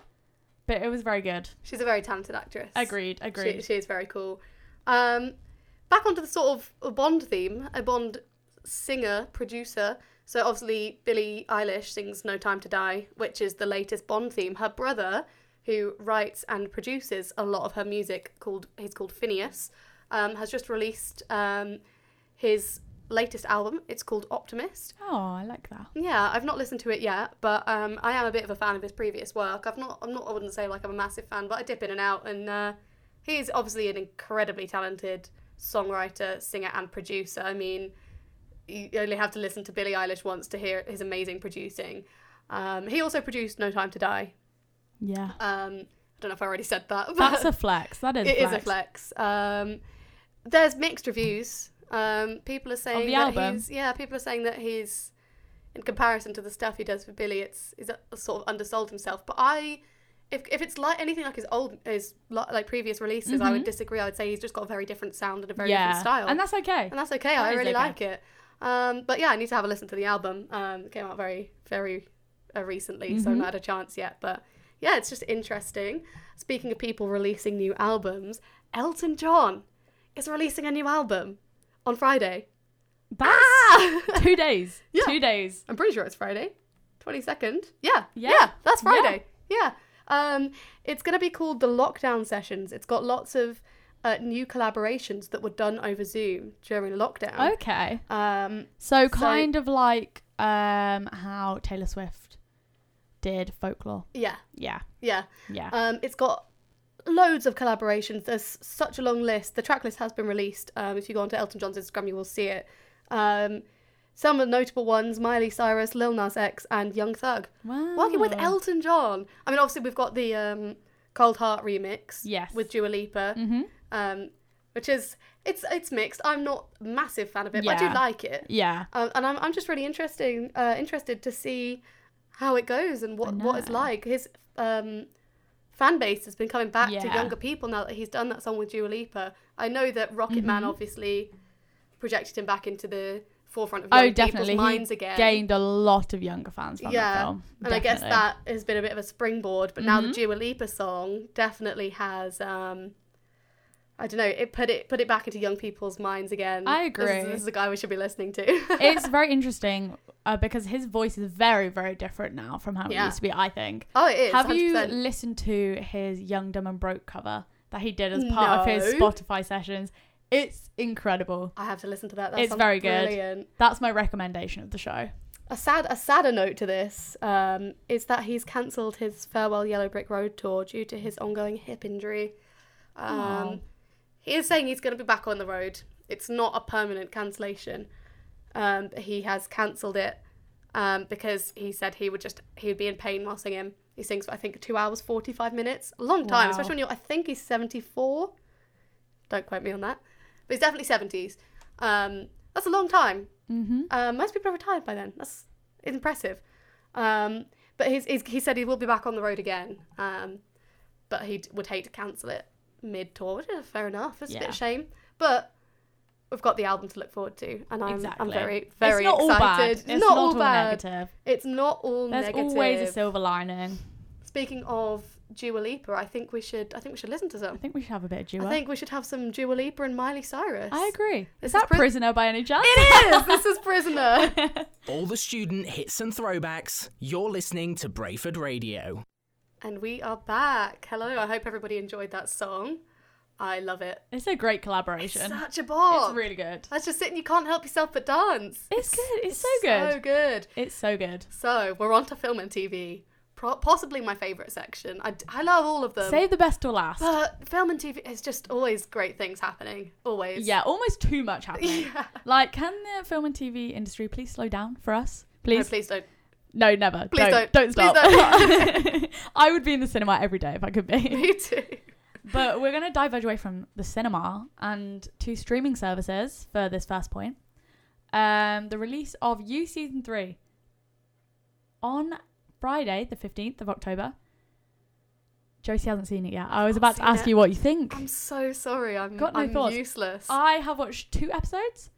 S2: but it was very good.
S1: She's a very talented actress.
S2: Agreed, agreed.
S1: She, she is very cool. Um, back onto the sort of Bond theme, a Bond singer, producer. So obviously, Billie Eilish sings No Time to Die, which is the latest Bond theme. Her brother, who writes and produces a lot of her music, called he's called Phineas, um, has just released um, his latest album. It's called Optimist.
S2: Oh, I like that.
S1: Yeah, I've not listened to it yet, but um, I am a bit of a fan of his previous work. I've not, I'm not, I wouldn't say like I'm a massive fan, but I dip in and out, and uh, he's obviously an incredibly talented songwriter, singer, and producer. I mean, you only have to listen to Billie Eilish once to hear his amazing producing. Um, he also produced No Time to Die.
S2: Yeah.
S1: Um, I don't know if I already said that. But
S2: That's a flex. That is
S1: it
S2: flex.
S1: is a flex. Um, there's mixed reviews. Um, people are saying
S2: the
S1: that
S2: album?
S1: he's yeah, people are saying that he's in comparison to the stuff he does for Billy, it's he's uh, sort of undersold himself. But I, if if it's like anything like his old his lo- like previous releases, I would
S2: Mhm.
S1: disagree. I would say he's just got a very different sound and a very
S2: yeah.
S1: different style,
S2: And that's okay.
S1: And that's okay.
S2: that
S1: I
S2: is
S1: really
S2: okay.
S1: like it. Um, but yeah, I need to have a listen to the album. Um, it came out very very uh, recently, so I've
S2: Mhm.
S1: not had a chance yet. But yeah, it's just interesting. Speaking of people releasing new albums, Elton John is releasing a new album on Friday.
S2: That's two days.
S1: Ah! Yeah.
S2: Two days.
S1: I'm pretty sure it's Friday, twenty second. Yeah, yeah,
S2: Yeah.
S1: that's
S2: Yeah.
S1: Friday. Yeah. Um, it's gonna be called the lockdown sessions. It's got lots of uh, new collaborations that were done over Zoom during lockdown.
S2: Okay.
S1: Um,
S2: So kind of like um how Taylor Swift did folklore.
S1: yeah,
S2: Yeah.
S1: yeah.
S2: Yeah.
S1: Um, it's got loads of collaborations. There's such a long list. The track list has been released. Um, if you go onto Elton John's Instagram, you will see it. Um, some of the notable ones: Miley Cyrus, Lil Nas X, and Young Thug.
S2: wow.
S1: Working with Elton John. I mean, obviously we've got the um, Cold Heart remix.
S2: Yes.
S1: With Dua Lipa,
S2: Mm-hmm.
S1: um, which is it's it's mixed. I'm not a massive fan of it, but I do
S2: Yeah.
S1: like it.
S2: Yeah.
S1: Um, and I'm, I'm just really interesting uh, interested to see how it goes and what, what it's
S2: know.
S1: like. His um, fan base has been coming back to
S2: Yeah.
S1: younger people now that he's done that song with Dua Lipa. I know that Rocket Man
S2: Mhm.
S1: obviously projected him back into the forefront of
S2: Oh,
S1: young
S2: definitely. He
S1: people's minds again.
S2: Gained a lot of younger fans from that
S1: Yeah.
S2: film.
S1: and I guess
S2: Definitely.
S1: that has been a bit of a springboard, but now the
S2: Mhm.
S1: Dua Lipa song definitely has. Um, I don't know. It put it put it back into young people's minds again.
S2: I
S1: This is,
S2: agree.
S1: this is the guy we should be listening to.
S2: it's very interesting uh, because his voice is very, very different now from how
S1: Yeah.
S2: it used to be, I think.
S1: oh, it is.
S2: Have
S1: 100%.
S2: you listened to his Young, Dumb and Broke cover that he did as part of his
S1: No.
S2: Spotify sessions? It's incredible.
S1: I have to listen to that. that
S2: It's
S1: sounds
S2: very good.
S1: Brilliant.
S2: That's my recommendation of the show.
S1: A sad, a sadder note to this um, is that he's cancelled his farewell Yellow Brick Road tour due to his ongoing hip injury. Um,
S2: Aw.
S1: He is saying he's going to be back on the road. It's not a permanent cancellation. Um, but he has cancelled it um, because he said he would just he would be in pain while singing. He sings for I think two hours forty five minutes, a long time,
S2: Wow.
S1: especially when you're. I think he's seventy four. Don't quote me on that, but he's definitely seventies. Um, that's a long time.
S2: Mm-hmm.
S1: Um, most people are retired by then. That's impressive. Um, but he's, he's, he said he will be back on the road again, um, but he d- would hate to cancel it mid tour, which is fair enough. It's a bit
S2: Yeah.
S1: of a shame. But we've got the album to look forward to, and I'm,
S2: Exactly.
S1: I'm very,
S2: it's
S1: very
S2: not
S1: excited.
S2: all bad. It's not, all,
S1: bad.
S2: negative.
S1: It's not all
S2: There's
S1: negative.
S2: always a silver lining.
S1: Speaking of Dua Lipa, I think we should I think we should listen to
S2: I
S1: some.
S2: think we should have a bit of duo.
S1: I think we should have some Dua Lipa and Miley Cyrus.
S2: I agree.
S1: This
S2: Is
S1: is
S2: that
S1: pris-
S2: prisoner by any chance?
S1: It is. This is Prisoner.
S3: All the student hits and throwbacks. You're listening to Brayford Radio.
S1: And we are back. Hello. I hope everybody enjoyed that song. I love it.
S2: It's a great
S1: It's
S2: collaboration.
S1: such a ball.
S2: It's really good.
S1: That's just it. and You can't help yourself but dance.
S2: It's good. It's so
S1: So
S2: good.
S1: good.
S2: It's so good.
S1: So we're on to film and TV. Pro- possibly my favorite section. I, d- I love all of them.
S2: Save the best till last.
S1: but film and TV is just always great things happening. Always.
S2: yeah, almost too much happening.
S1: Yeah.
S2: Like, can the film and TV industry please slow down for us?
S1: No,
S2: Please.
S1: please don't.
S2: No, never.
S1: Please
S2: don't.
S1: don't.
S2: Don't
S1: Please
S2: stop. I would be in the cinema every day if I could be.
S1: Me too.
S2: But we're going to diverge away from the cinema and to streaming services for this first point. Um, the release of You Season 3 on Friday, the 15th of October. Josie hasn't seen it yet. I was
S1: Not
S2: about to
S1: seen
S2: ask
S1: it.
S2: you what you think.
S1: I'm so sorry. I'm,
S2: Got no
S1: I'm
S2: thoughts.
S1: useless.
S2: I have watched two episodes.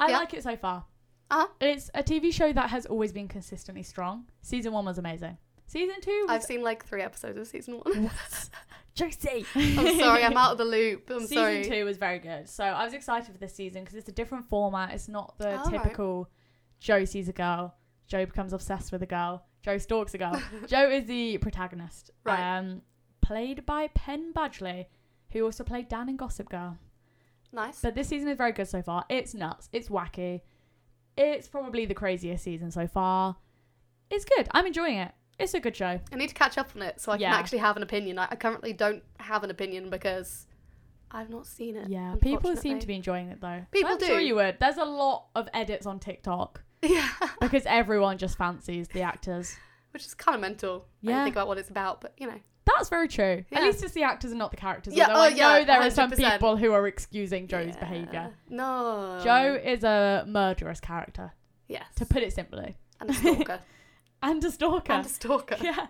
S2: I
S1: Yeah.
S2: like it so far.
S1: Uh-huh.
S2: It's a TV show that has always been consistently strong. Season one was amazing. Season two
S1: I've
S2: was
S1: seen like three episodes of season one.
S2: What? Josie.
S1: I'm sorry, I'm out of the loop. I'm
S2: season
S1: sorry.
S2: two was very good. So I was excited for this season because it's a different format. It's not the
S1: All right.
S2: typical Joe sees a girl, Joe becomes obsessed with a girl, Joe stalks a girl. Joe is the protagonist,
S1: Right.
S2: um, played by Penn Badgley, who also played Dan in Gossip Girl.
S1: Nice.
S2: But this season is very good so far. It's nuts. It's wacky. It's probably the craziest season so far. It's good. I'm enjoying it. It's a good show.
S1: I need to catch up on it so I
S2: Yeah.
S1: can actually have an opinion. I, I currently don't have an opinion because I've not seen it.
S2: Yeah, people seem to
S1: unfortunately.
S2: be enjoying it though.
S1: People
S2: I'm sure
S1: do.
S2: you would. There's a lot of edits on TikTok
S1: Yeah,
S2: because everyone just fancies the actors.
S1: which is kind of mental. Yeah.
S2: Yeah.
S1: think about what it's about, but you know.
S2: That's very true.
S1: Yeah.
S2: At least it's the actors and not the characters.
S1: Yeah,
S2: although
S1: oh,
S2: I
S1: yeah,
S2: know there are some
S1: 100%.
S2: people who are excusing Joe's
S1: Yeah. Um,
S2: behaviour.
S1: No.
S2: Joe is a murderous character,
S1: Yes.
S2: to put it simply.
S1: and a stalker.
S2: And a stalker.
S1: and a stalker.
S2: yeah.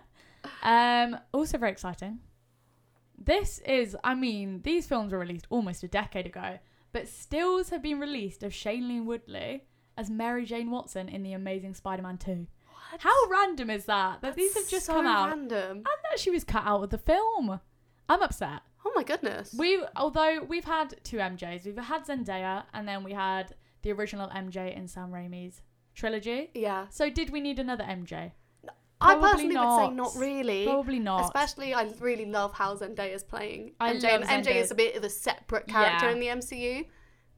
S2: Um, also very exciting. This is, I mean, these films were released almost a decade ago, but stills have been released of Shailene Woodley as Mary Jane Watson in The Amazing Spider-Man 2.
S1: What?
S2: How random is that? That these have just
S1: so
S2: come out
S1: Random.
S2: and that she was cut out of the film. I'm upset.
S1: Oh my goodness.
S2: We, although we've had two MJs, we've had Zendaya, and then we had the original MJ in Sam Raimi's trilogy.
S1: yeah.
S2: So did we need another MJ?
S1: I
S2: Probably
S1: personally would say
S2: not.
S1: not really.
S2: Probably not.
S1: Especially, I really love how Zendaya's playing.
S2: I
S1: MJ,
S2: love
S1: and MJ
S2: Zendaya.
S1: is a bit of a separate character
S2: Yeah.
S1: in the MCU,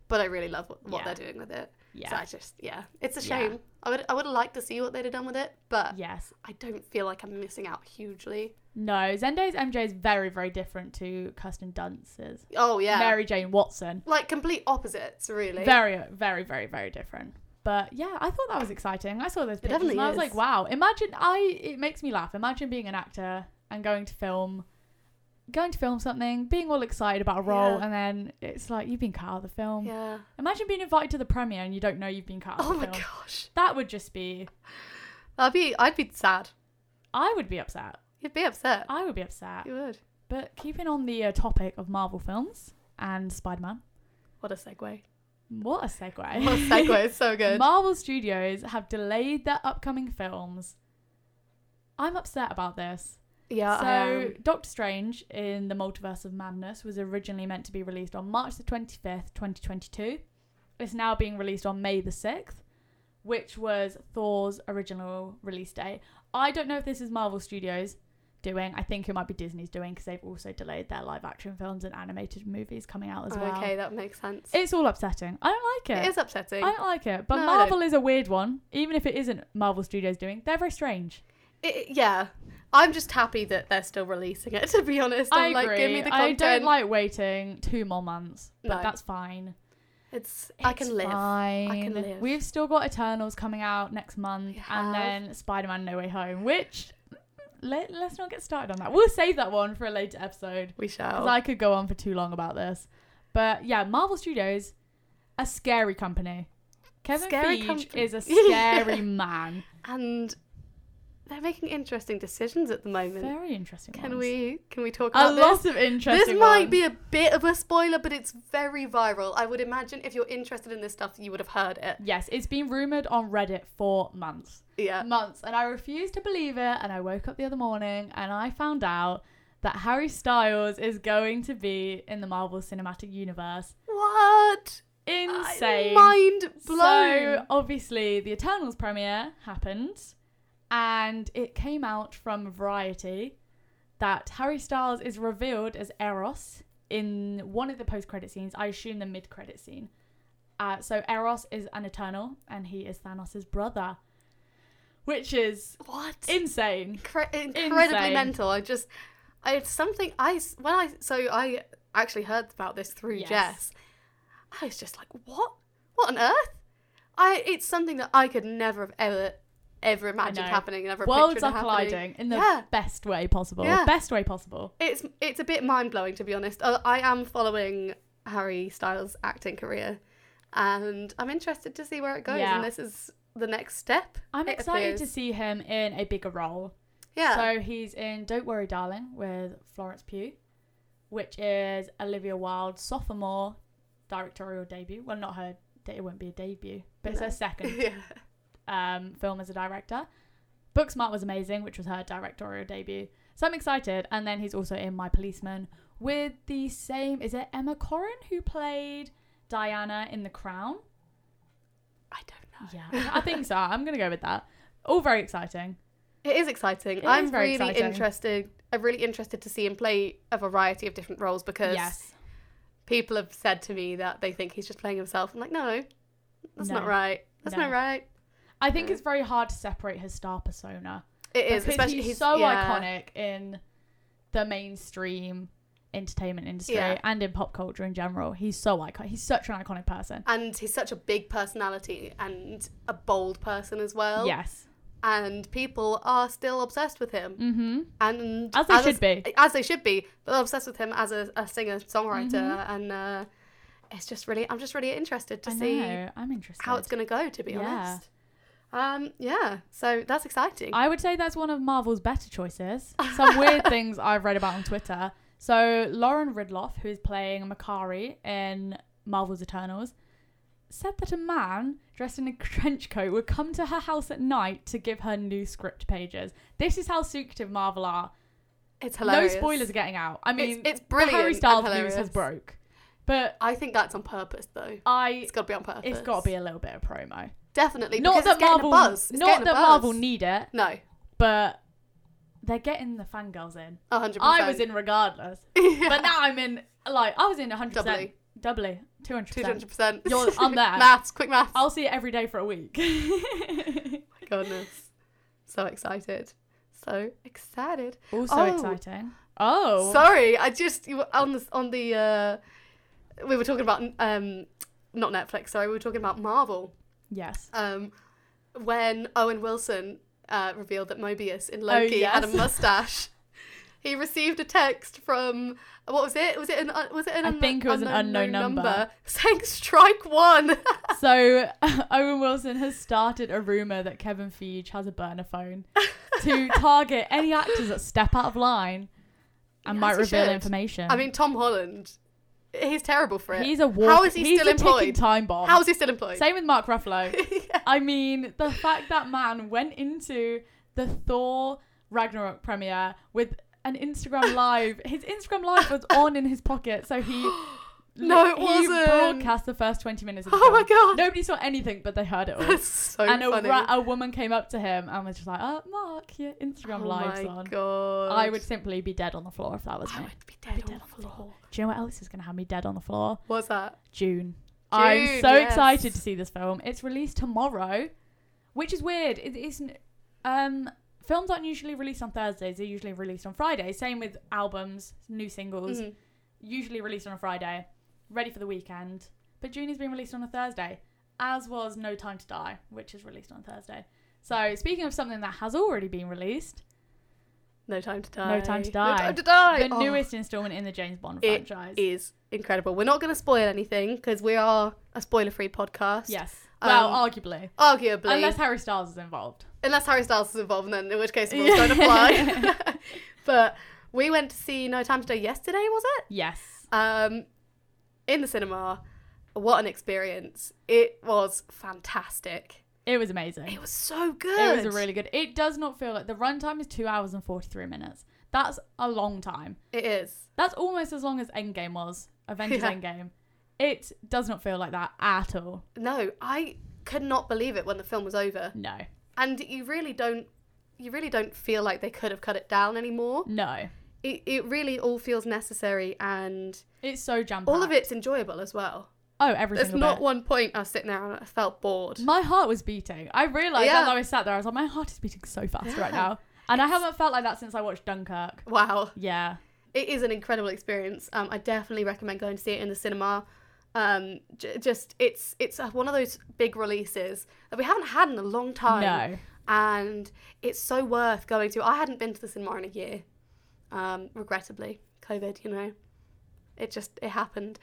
S1: but I really love what, what
S2: Yeah.
S1: they're doing with it.
S2: yeah.
S1: So I just, yeah, it's a
S2: Yeah.
S1: shame. I would, I would have liked to see what they'd have done with it, but
S2: Yes.
S1: I don't feel like I'm missing out hugely.
S2: No, Zendaya's MJ is very, very different to Kirsten Dunst's
S1: Oh yeah,
S2: Mary Jane Watson.
S1: like complete opposites, really.
S2: Very, very, very, very different. But yeah, I thought that was exciting. I saw those pictures
S1: definitely
S2: and I was
S1: is.
S2: like, wow. Imagine I. It makes me laugh. Imagine being an actor and going to film, going to film something, being all excited about a role,
S1: Yeah.
S2: and then it's like you've been cut out of the film.
S1: yeah.
S2: Imagine being invited to the premiere and you don't know you've been cut out
S1: Oh
S2: of the
S1: my
S2: film.
S1: gosh,
S2: That would just be.
S1: I'd be, I'd be sad.
S2: I would be upset.
S1: You'd be upset.
S2: I would be upset.
S1: You would.
S2: But keeping on the uh, topic of Marvel films and Spider Man.
S1: What a segue.
S2: What a segue.
S1: What a segue. It's so good.
S2: Marvel Studios have delayed their upcoming films. I'm upset about this.
S1: yeah. I
S2: so,
S1: am.
S2: Doctor Strange in the Multiverse of Madness was originally meant to be released on March the 25th, 2022. It's now being released on May the 6th, which was Thor's original release date. I don't know if this is Marvel Studios doing. I think it might be Disney's doing because they've also delayed their live action films and animated movies coming out as well.
S1: Okay, that makes sense.
S2: It's all upsetting. I don't like it.
S1: it is upsetting.
S2: I don't like it, but
S1: No, I don't.
S2: Marvel is a weird one. Even if it isn't Marvel Studios doing, they're very strange.
S1: It- yeah. I'm just happy that they're still releasing it, to be honest.
S2: i
S1: I'm
S2: agree.
S1: like, give me the
S2: I
S1: content.
S2: don't like waiting two more months, but
S1: No.
S2: that's fine.
S1: it's, I
S2: It's
S1: can live.
S2: Fine.
S1: I can live.
S2: We've still got Eternals coming out next month,
S1: We
S2: and
S1: have.
S2: then Spider-Man: No Way Home, which let, let's not get started on that. We'll save that one for a later episode
S1: We shall.
S2: because I could go on for too long about this. But yeah, Marvel Studios, a scary company. Kevin
S1: Scary
S2: Feige
S1: company.
S2: is a scary man.
S1: and they're making interesting decisions at the moment.
S2: Very interesting.
S1: Can
S2: ones.
S1: we can we talk
S2: a
S1: about
S2: lot
S1: this?
S2: of interesting.
S1: This might
S2: ones.
S1: be a bit of a spoiler, but it's very viral. I would imagine if you're interested in this stuff, you would have heard it.
S2: Yes, it's been rumored on Reddit for months,
S1: Yeah.
S2: months, and I refused to believe it. And I woke up the other morning and I found out that Harry Styles is going to be in the Marvel Cinematic Universe.
S1: What?
S2: Insane.
S1: Mind blown.
S2: So obviously, the Eternals premiere happened, and it came out from Variety that Harry Styles is revealed as Eros in one of the post-credit scenes. I assume the mid-credit scene. Uh, so Eros is an Eternal, and he is Thanos' brother, which is
S1: what?
S2: insane.
S1: Incre- incredibly
S2: Insane.
S1: mental. I just, I, it's something I s- when I so I actually heard about this through
S2: Yes.
S1: Jess. I was just like, what? What on earth? I it's something that I could never have ever ever imagined
S2: know.
S1: happening. Never
S2: Worlds
S1: pictured
S2: are
S1: it happening.
S2: colliding in the
S1: Yeah.
S2: best way possible.
S1: Yeah.
S2: Best way possible.
S1: It's it's a bit mind blowing to be honest. Uh, I am following Harry Styles' acting career, and I'm interested to see where it goes.
S2: Yeah.
S1: And this is the next step.
S2: I'm
S1: it
S2: excited to
S1: appears.
S2: see him in a bigger role.
S1: Yeah.
S2: So he's in Don't Worry Darling with Florence Pugh, which is Olivia Wilde's sophomore directorial debut. Well, not her, de- it won't be a debut, but it's
S1: No.
S2: her second
S1: yeah.
S2: um, film as a director. Booksmart was amazing, which was her directorial debut. So I'm excited. And then he's also in My Policeman with the same. Is it Emma Corrin who played Diana in The Crown?
S1: I don't know.
S2: Yeah, I think so. I'm gonna go with that. All very exciting.
S1: It is exciting.
S2: It
S1: I'm
S2: is very
S1: really
S2: exciting.
S1: interested. I'm really interested to see him play a variety of different roles because
S2: Yes.
S1: people have said to me that they think he's just playing himself. I'm like, no, that's
S2: No.
S1: not right. That's
S2: No.
S1: not right.
S2: I think it's very hard to separate his star persona.
S1: It is,
S2: because
S1: especially
S2: he's, so
S1: yeah.
S2: iconic in the mainstream entertainment industry
S1: Yeah.
S2: and in pop culture in general. He's so iconic. He's such an iconic person.
S1: and he's such a big personality and a bold person as well.
S2: yes.
S1: and people are still obsessed with him.
S2: Mm-hmm.
S1: and
S2: As they should be.
S1: as they should be. But they're obsessed with him as a, a singer songwriter, and uh, it's just really, I'm just really interested to
S2: Mm-hmm. I
S1: see
S2: know. I'm interested.
S1: how it's going to go. To be
S2: Yeah.
S1: honest, um, yeah. So that's exciting.
S2: I would say that's one of Marvel's better choices. Some weird things I've read about on Twitter. So Lauren Ridloff, who is playing Makari in Marvel's Eternals, said that a man dressed in a trench coat would come to her house at night to give her new script pages. This is how secretive Marvel are.
S1: it's hilarious.
S2: No spoilers are getting out. I mean,
S1: it's
S2: the
S1: brilliant
S2: Harry
S1: and
S2: Styles news
S1: hilarious.
S2: has broke, but
S1: I think that's on purpose, though.
S2: I
S1: It's got to be on purpose.
S2: it's got to be a little bit of promo.
S1: definitely
S2: Not
S1: because
S2: that
S1: it's
S2: Marvel,
S1: getting a buzz. It's
S2: not
S1: getting a
S2: that
S1: buzz.
S2: Marvel need it,
S1: no, a
S2: but they're getting the fangirls in.
S1: hundred percent.
S2: I was in regardless, but now I'm in like I was in 100 percent,
S1: Doubly.
S2: doubly, 200
S1: two hundred
S2: percent.
S1: percent.
S2: You're- I'm there.
S1: maths, quick maths.
S2: I'll see it every day for a week.
S1: Goodness, so excited, so excited.
S2: also
S1: Oh.
S2: exciting. Oh,
S1: Sorry, I just you were on the on the uh, we were talking about um not Netflix. Sorry, we were talking about Marvel.
S2: yes.
S1: Um, when Owen Wilson uh, revealed that Mobius in Loki had a
S2: Oh, yes.
S1: mustache, he received a text from what was it? Was it an un- was it an
S2: I
S1: unno-
S2: think it was an unknown number.
S1: saying strike one.
S2: So Owen Wilson has started a rumor that Kevin Feige has a burner phone to target any actors that step out of line and
S1: Yes,
S2: might
S1: he
S2: reveal
S1: should.
S2: information.
S1: I mean, Tom Holland, he's terrible for it.
S2: he's a war-
S1: How is he
S2: he's
S1: still
S2: a ticking
S1: employed?
S2: time bomb.
S1: How is he still employed?
S2: Same with Mark Ruffalo.
S1: Yeah.
S2: I mean, the fact that man went into the Thor Ragnarok premiere with an Instagram live. His Instagram live was on in his pocket, so he
S1: No, it
S2: he
S1: wasn't.
S2: broadcast the first twenty minutes. Of the
S1: Oh my
S2: film.
S1: God.
S2: Nobody saw anything, but they heard it all.
S1: That's so
S2: and a,
S1: funny.
S2: ra- a woman came up to him and was just like, "Oh, Mark, your Instagram
S1: oh
S2: lives
S1: my
S2: on."
S1: god!
S2: I would simply be dead on the floor if that was
S1: I
S2: me.
S1: would be dead,
S2: Be
S1: on the floor.
S2: Do you know what else is going to have me dead on the floor?
S1: What's that?
S2: June. I'm
S1: June,
S2: so
S1: yes.
S2: excited to see this film. It's released tomorrow, which is weird. It isn't. Um, films aren't usually released on Thursdays. They're usually released on Fridays. Same with albums, new singles,
S1: Mhm.
S2: usually released on a Friday, ready for the weekend. But June is being released on a Thursday, as was No Time to Die, which is released on Thursday. So speaking of something that has already been released,
S1: No time to die.
S2: No Time to Die.
S1: No time to die.
S2: the
S1: Oh,
S2: newest instalment in the James Bond
S1: It
S2: franchise.
S1: is incredible. We're not going to spoil anything because we are a spoiler-free podcast.
S2: Yes.
S1: Um,
S2: Well, arguably.
S1: Arguably,
S2: Unless
S1: unless,
S2: Harry Styles is involved.
S1: Harry Styles is involved, then in which case we're going to fly. but we went to see No Time to Die yesterday, was it?
S2: Yes.
S1: um, in the cinema. What an experience! It was fantastic.
S2: It was amazing.
S1: It was so
S2: It
S1: good.
S2: was a really good. It does not feel like the runtime is two hours and forty three minutes. That's a long time.
S1: It is.
S2: That's almost as long as Endgame was. Avengers
S1: Yeah.
S2: Endgame. It does not feel like that at all.
S1: No, I could not believe it when the film was over,
S2: No,
S1: and you really don't. You really don't feel like they could have cut it down anymore.
S2: no.
S1: It, it really all feels necessary, and
S2: It's so jam.
S1: all of it's enjoyable as well.
S2: Oh, every
S1: There's
S2: single
S1: not
S2: bit.
S1: one point I was sitting there and I felt bored.
S2: My heart was beating. I realized
S1: Yeah.
S2: as I was sat there, I was like, my heart is beating so fast right
S1: Yeah.
S2: now, and I haven't felt like that since I watched Dunkirk.
S1: Wow.
S2: Yeah.
S1: it is an incredible experience. Um, I definitely recommend going to see it in the cinema. Um, j- just it's it's uh, one of those big releases that we haven't had in a long time,
S2: No.
S1: and it's so worth going to. I hadn't been to the cinema in a year, um, regrettably, COVID. You know, it just it happened,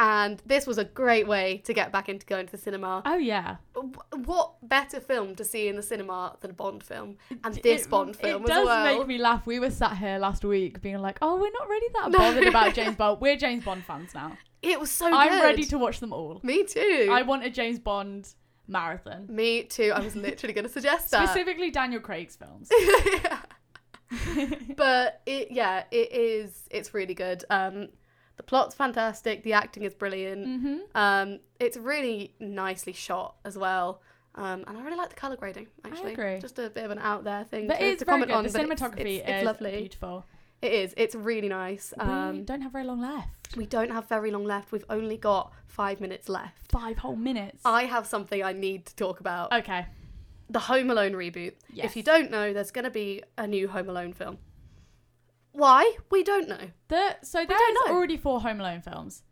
S1: and this was a great way to get back into going to the cinema.
S2: Oh yeah.
S1: Wh- What better film to see in the cinema than a Bond film, and this
S2: It-
S1: Bond film
S2: It
S1: as
S2: does
S1: well?
S2: make me laugh. We were sat here last week being like, "Oh, we're not really that
S1: No.
S2: bothered about James Bond. We're James Bond fans now.
S1: it was so
S2: I'm
S1: good.
S2: ready to watch them all.
S1: Me too.
S2: I want a James Bond marathon,
S1: Me too. I was literally going to suggest that.
S2: specifically Daniel Craig's films.
S1: but it yeah it is it's really good um the plot's fantastic the acting is brilliant
S2: hmm
S1: um it's really nicely shot as well um and i really like the color grading actually
S2: agree.
S1: just a bit of an out there thing
S2: But
S1: to,
S2: it's
S1: to
S2: very
S1: comment
S2: good.
S1: on
S2: the
S1: but it's-
S2: cinematography
S1: it's, it's
S2: is
S1: lovely
S2: beautiful.
S1: it is it's really nice um
S2: we don't have very long left.
S1: we don't have very long left we've only got five minutes left
S2: Five whole minutes.
S1: i have something i need to talk about
S2: okay.
S1: the Home Alone reboot.
S2: Yes.
S1: If you don't know, there's going to be a new Home Alone film. Why? We don't know.
S2: The, so there's
S1: don't know.
S2: already four Home Alone films.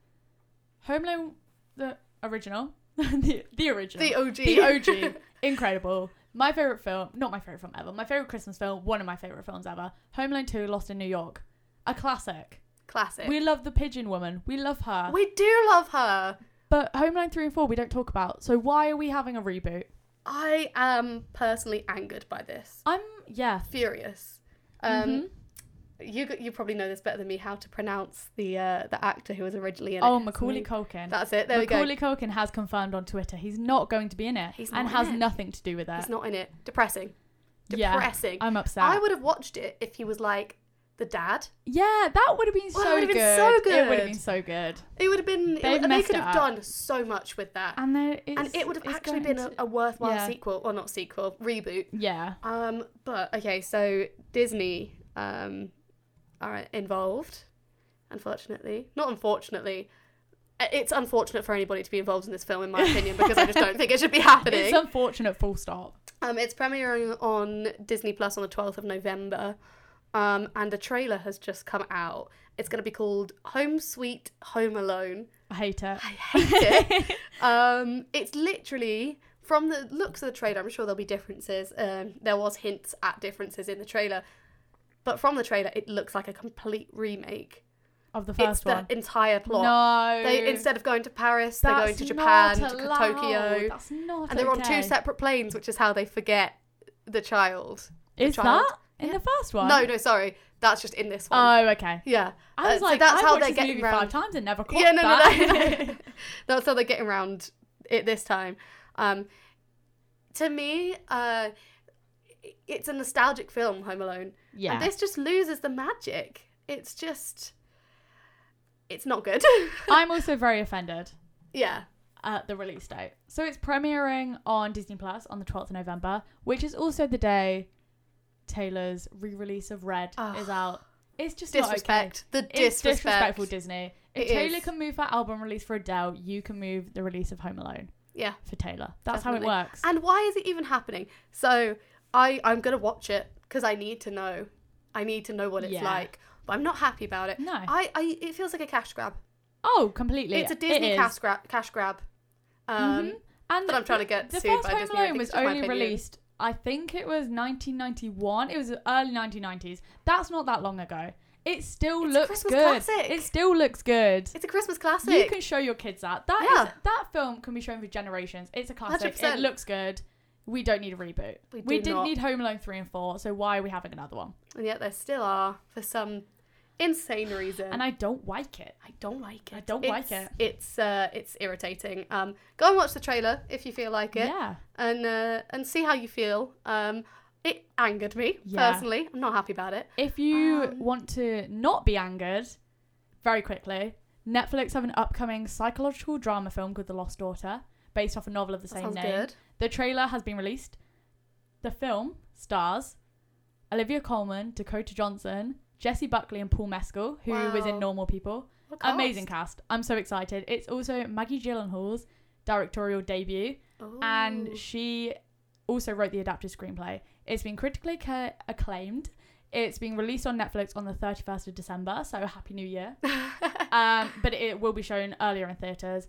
S2: Home Alone, the original, the, the original,
S1: The OG.
S2: the OG, incredible. My favorite film, not my favorite film ever. My favorite Christmas film, one of my favorite films ever. Home Alone Two, Lost in New York, a classic.
S1: Classic.
S2: We
S1: We,
S2: love the Pigeon Woman. We love her.
S1: do love her.
S2: but Home Alone Three and Four, we don't talk about. So why are we having a reboot?
S1: I am personally angered by this.
S2: I'm yeah.
S1: Furious. Um,
S2: Mhm.
S1: you g you probably know this better than me how to pronounce the uh, the actor who was originally in it.
S2: Oh,
S1: It's
S2: Macaulay
S1: me.
S2: Culkin.
S1: That's it. There we
S2: Macaulay Culkin has confirmed on Twitter he's not going to be in it
S1: He's
S2: and
S1: not in
S2: has
S1: it.
S2: nothing to do with
S1: go.
S2: that.
S1: He's not in it. Depressing.
S2: Yeah.
S1: Depressing.
S2: I'm upset.
S1: I would have watched it if he was like the dad.
S2: yeah, that would have been
S1: Well, it
S2: so
S1: would have
S2: good.
S1: been
S2: It
S1: so
S2: would have
S1: good.
S2: been so good.
S1: It would have been. It,
S2: They've
S1: would- they
S2: messed
S1: could
S2: it
S1: have
S2: up.
S1: done so much with that.
S2: And there, it's,
S1: and it would have
S2: it's
S1: actually
S2: going
S1: been a,
S2: to-
S1: a worthwhile
S2: yeah.
S1: sequel well not sequel reboot
S2: yeah.
S1: um but okay so disney um are involved unfortunately not unfortunately Uh, it's unfortunate for anybody to be involved in this film in my opinion because i just don't think it should be happening
S2: It's unfortunate. Full stop.
S1: um it's premiering on disney plus on the 12th of november um and the trailer has just come out it's going to be called home sweet home alone
S2: I hate it.
S1: hate it. um, it's literally from the looks of the trailer. I'm sure there'll be differences. Um, there was hints at differences in the trailer, but from the trailer, it looks like a complete remake.
S2: Of the
S1: it's
S2: first
S1: the
S2: one.
S1: entire plot.
S2: No.
S1: They instead of going to Paris, they're
S2: That's
S1: going to Japan,
S2: not
S1: to K-
S2: allowed.
S1: Tokyo,
S2: That's not
S1: and they're on
S2: okay.
S1: two separate planes, which is how they forget the child. the
S2: Is
S1: child.
S2: that in the first one?
S1: No, no, sorry, that's just in this one.
S2: Oh, okay.
S1: yeah,
S2: I
S1: Uh,
S2: was
S1: so
S2: like,
S1: that's
S2: I've
S1: how
S2: watched
S1: they're
S2: this
S1: getting
S2: movie
S1: round-
S2: five times and never caught
S1: yeah, no,
S2: that.
S1: no, no. That's how they're getting around it this time. Um, to me, uh, it's a nostalgic film, Home Alone.
S2: yeah.
S1: And this just loses the magic. It's just, it's not good.
S2: I'm also very offended.
S1: yeah.
S2: at the release date. So it's premiering on Disney Plus on the 12th of November, which is also the day Taylor's re-release of Red
S1: Ugh.
S2: is out. It's just
S1: Ah. Disrespect. The
S2: Not okay. It's
S1: disrespect.
S2: disrespectful Disney. If
S1: It
S2: Taylor
S1: is.
S2: can move her album release for Adele, you can move the release of Home Alone
S1: Yeah.
S2: for Taylor. That's
S1: Definitely.
S2: how it works.
S1: And why is it even happening? So I, I'm going to watch it because I need to know. I need to know what it's
S2: Yeah.
S1: like. But I'm not happy about it.
S2: No.
S1: I, I, it feels like a cash grab.
S2: oh, completely.
S1: It's a
S2: It
S1: Disney
S2: is.
S1: cash grab. Cash grab. Um,
S2: Mhm. And
S1: that I'm trying to get
S2: The
S1: sued
S2: first
S1: by
S2: Home
S1: Disney, I
S2: Alone
S1: think
S2: was
S1: it's just my
S2: only
S1: opinion.
S2: released, I think it was 1991. It was early 1990s. That's not that long ago. It still
S1: It's a
S2: looks
S1: Christmas
S2: good.
S1: classic.
S2: It still looks good.
S1: It's a Christmas
S2: You
S1: classic.
S2: can show your kids that. That is-
S1: Yeah.
S2: that film can be shown for generations. It's a classic. It
S1: 100%.
S2: looks good. We don't need a reboot.
S1: We do
S2: didn't
S1: not.
S2: need Home Alone three and four, so why are we having another one?
S1: and yet there still are for some insane reason.
S2: And I don't like it.
S1: I don't like it.
S2: I don't like
S1: It's-
S2: it.
S1: It's uh, it's irritating. Um, go and watch the trailer if you feel like it,
S2: Yeah.
S1: and uh, and see how you feel. Um, it angered me
S2: Yeah.
S1: personally. I'm not happy about it.
S2: If you
S1: Um,
S2: want to not be angered, very quickly, Netflix have an upcoming psychological drama film called The Lost Daughter, based off a novel of the
S1: That
S2: same
S1: sounds
S2: name.
S1: good.
S2: The trailer has been released. The film stars Olivia Colman, Dakota Johnson, Jesse Buckley, and Paul Mescal, who was
S1: Wow.
S2: in Normal People.
S1: What
S2: Amazing
S1: cast?
S2: cast. I'm so excited. It's also Maggie Gyllenhaal's directorial debut,
S1: Ooh.
S2: and she also wrote the adapted screenplay. It's been critically ca- acclaimed. It's been released on Netflix on the 31st of December, so happy new year.
S1: Oh,
S2: um, but it will be shown earlier in theaters.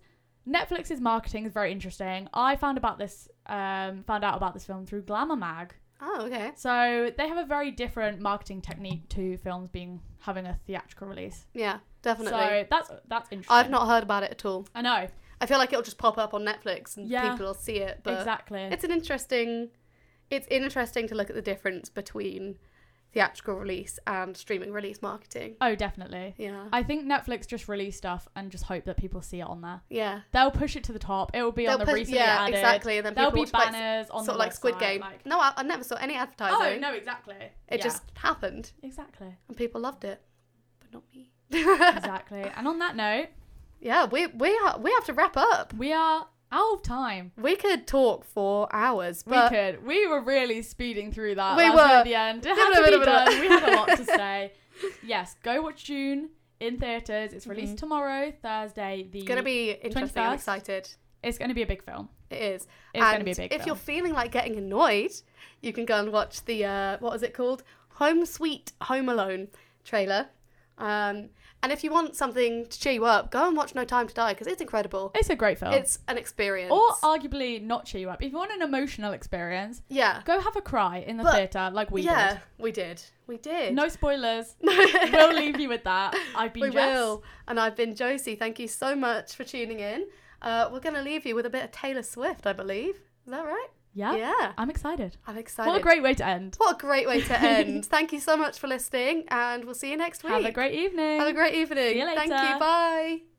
S2: Netflix's marketing is very interesting. I found about this um, found out about this film through Glamour Mag.
S1: oh okay.
S2: So they have a very different marketing technique to films being having a theatrical release.
S1: Yeah, definitely.
S2: So that's that's interesting.
S1: I've not heard about it at all.
S2: I know.
S1: I feel like it'll just pop up on Netflix and
S2: Yeah.
S1: people will see it. But
S2: exactly.
S1: it's an interesting it's interesting to look at the difference between theatrical release and streaming release marketing.
S2: Oh, definitely.
S1: Yeah.
S2: I think Netflix just release stuff and just hope that people see it on there.
S1: yeah.
S2: They'll push it to the top. It will be on the
S1: push-
S2: recently
S1: yeah,
S2: added.
S1: exactly. And then
S2: There'll
S1: people
S2: be
S1: watch, like,
S2: banners on
S1: sort
S2: the
S1: of like Squid
S2: website,
S1: Game.
S2: like-
S1: no, I, I never saw any
S2: oh
S1: advertising.
S2: no, exactly.
S1: It
S2: Yeah.
S1: just happened,
S2: exactly,
S1: and people loved it, but not me.
S2: exactly. and on that note,
S1: yeah, we we are, we have to wrap up.
S2: we are out of time.
S1: We could talk for hours,
S2: We
S1: but
S2: could. We were really speeding through that.
S1: We
S2: We
S1: were.
S2: were at the end. It had to
S1: Blah, blah,
S2: be
S1: blah, blah.
S2: done. We had a lot to say. Yes, go watch June in theaters. It's released tomorrow, Thursday. The
S1: it's Mm-hmm. gonna be interesting. I'm
S2: 21st.
S1: excited.
S2: It's going to be a big film.
S1: It is.
S2: It's gonna be a
S1: And
S2: big
S1: If you're
S2: film.
S1: feeling like getting annoyed, you can go and watch the uh, what is it called? Home Sweet Home Alone trailer. Um, and if you want something to cheer you up, go and watch No Time to Die because it's incredible.
S2: It's a great film.
S1: It's an experience.
S2: Oh. or oh, arguably not cheer you up. If you want an emotional experience,
S1: yeah,
S2: go have a cry in the
S1: But-
S2: theater like we
S1: yeah, we did, we did.
S2: did. No spoilers.
S1: No.
S2: we'll leave you with that. I've been
S1: we
S2: Jess.
S1: will. And I've been Josie. Thank you so much for tuning in. Uh, we're going to leave you with a bit of Taylor Swift, I believe. Is that right?
S2: Yeah.
S1: Yeah.
S2: I'm excited.
S1: I'm excited.
S2: Oh. What a great way to end.
S1: What a great way to end. Thank you so much for listening, and we'll see you next week.
S2: Have a great evening.
S1: Have a great evening.
S2: See you
S1: Thank you.
S2: later.
S1: Bye.